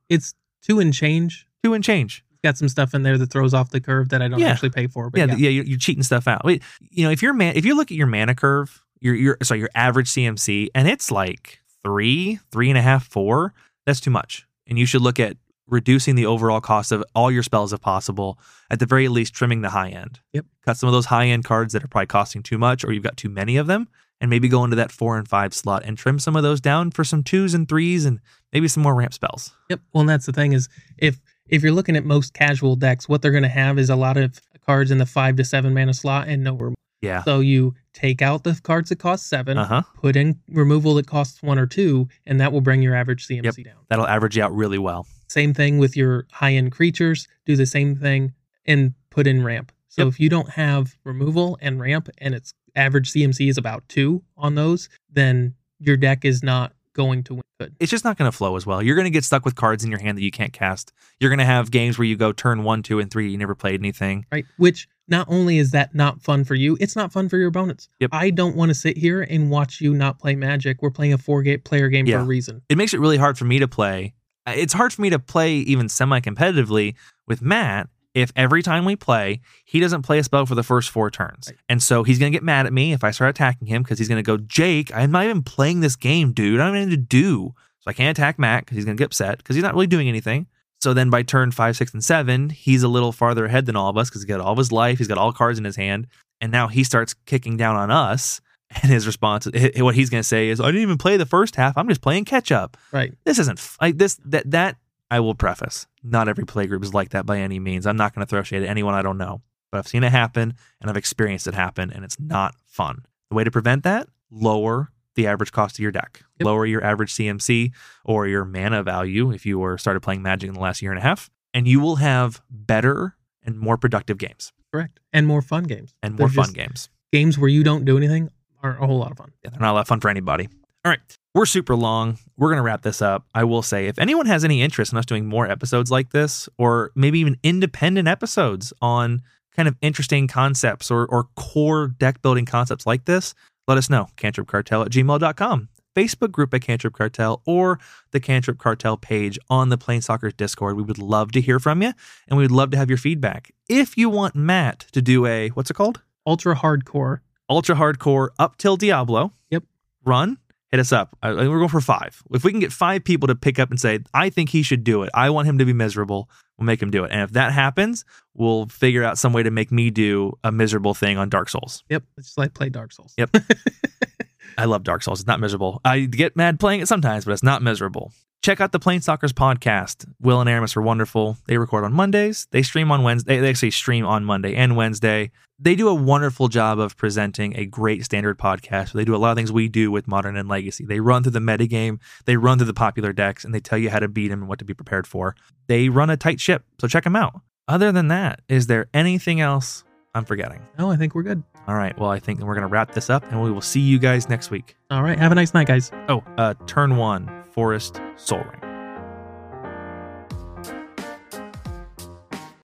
Speaker 2: It's two and change.
Speaker 3: two and change.
Speaker 2: It's got some stuff in there that throws off the curve that I don't
Speaker 3: Yeah.
Speaker 2: actually pay for. But
Speaker 3: yeah,
Speaker 2: yeah,
Speaker 3: th- yeah, you're, you're cheating stuff out. Wait, you know, if your man, if you look at your mana curve, your your sorry, your average CMC, and it's like three, three and a half, four. That's too much, and you should look at reducing the overall cost of all your spells if possible. At the very least, trimming the high end.
Speaker 2: Yep.
Speaker 3: cut some of those high end cards that are probably costing too much, or you've got too many of them, and maybe go into that four and five slot and trim some of those down for some twos and threes, and maybe some more ramp spells.
Speaker 2: Yep. Well, and that's the thing is if if you're looking at most casual decks, what they're going to have is a lot of cards in the five to seven mana slot and no removal.
Speaker 3: Yeah.
Speaker 2: So you take out the cards that cost seven,
Speaker 3: Uh huh.
Speaker 2: put in removal that costs one or two, and that will bring your average CMC down.
Speaker 3: That'll average you out really well.
Speaker 2: Same thing with your high end creatures. Do the same thing and put in ramp. So
Speaker 3: Yep.
Speaker 2: if you don't have removal and ramp and its average CMC is about two on those, then your deck is not going to win good.
Speaker 3: it's just not going to flow as well. You're going to get stuck with cards in your hand that you can't cast. You're going to have games where you go turn one, two, and three. You never played anything.
Speaker 2: Right. Which not only is that not fun for you, it's not fun for your opponents.
Speaker 3: Yep.
Speaker 2: I don't want to sit here and watch you not play magic. We're playing a four gate player game for
Speaker 3: Yeah.
Speaker 2: a reason.
Speaker 3: It makes it really hard for me to play. uh, It's hard for me to play even semi competitively with Matt if every time we play, he doesn't play a spell for the first four turns.
Speaker 2: Right.
Speaker 3: And so he's going to get mad at me if I start attacking him because he's going to go, Jake, I'm not even playing this game, dude. I don't even to do. So I can't attack Matt because he's going to get upset because he's not really doing anything. So then by turn five, six, and seven, he's a little farther ahead than all of us because he's got all of his life. He's got all cards in his hand. And now he starts kicking down on us. And his response, h- what he's going to say is, I didn't even play the first half. I'm just playing catch up.
Speaker 2: Right.
Speaker 3: This isn't f- like this, that, that I will preface. Not every playgroup is like that by any means. I'm not going to throw shade at anyone I don't know, but I've seen it happen and I've experienced it happen, and it's not fun. The way to prevent that, lower the average cost of your deck,
Speaker 2: Yep.
Speaker 3: lower your average CMC or your mana value if you were started playing Magic in the last year and a half, and you will have better and more productive games
Speaker 2: Correct. And more fun games.
Speaker 3: and more
Speaker 2: They're
Speaker 3: fun
Speaker 2: just-
Speaker 3: games.
Speaker 2: Games where you don't do anything are a whole lot of fun.
Speaker 3: Yeah, they're not a lot of fun for anybody. All right. We're super long. We're going to wrap this up. I will say if anyone has any interest in us doing more episodes like this, or maybe even independent episodes on kind of interesting concepts or, or core deck building concepts like this, let us know. CantripCartel at gmail.com, Facebook group at Cantrip Cartel, or the Cantrip Cartel page on the Plain Soccer's Discord. We would love to hear from you, and we would love to have your feedback. If you want Matt to do a, what's it called?
Speaker 2: Ultra hardcore.
Speaker 3: ultra hardcore up till Diablo.
Speaker 2: Yep.
Speaker 3: Run. Hit us up. I- I- we're going for five. If we can get five people to pick up and say, I think he should do it. I want him to be miserable. We'll make him do it. And if that happens, we'll figure out some way to make me do a miserable thing on Dark Souls.
Speaker 2: Yep. It's just like play Dark Souls.
Speaker 3: Yep. I love Dark Souls. It's not miserable. I get mad playing it sometimes, but it's not miserable. Check out the Plain Stalkers podcast. Will and Aramis are wonderful. They record on Mondays. They stream on Wednesday. They actually stream on Monday and Wednesday. They do a wonderful job of presenting a great standard podcast. They do a lot of things we do with Modern and Legacy. They run through the metagame, they run through the popular decks, and they tell you how to beat them and what to be prepared for. They run a tight ship, so check them out. Other than that, is there anything else I'm forgetting?
Speaker 2: *laughs* No, I think we're good.
Speaker 3: All right, well, I think we're going to wrap this up, and we will see you guys next week.
Speaker 2: All right. Have a nice night, guys.
Speaker 3: Oh, uh, turn one, Forest Soul Ring.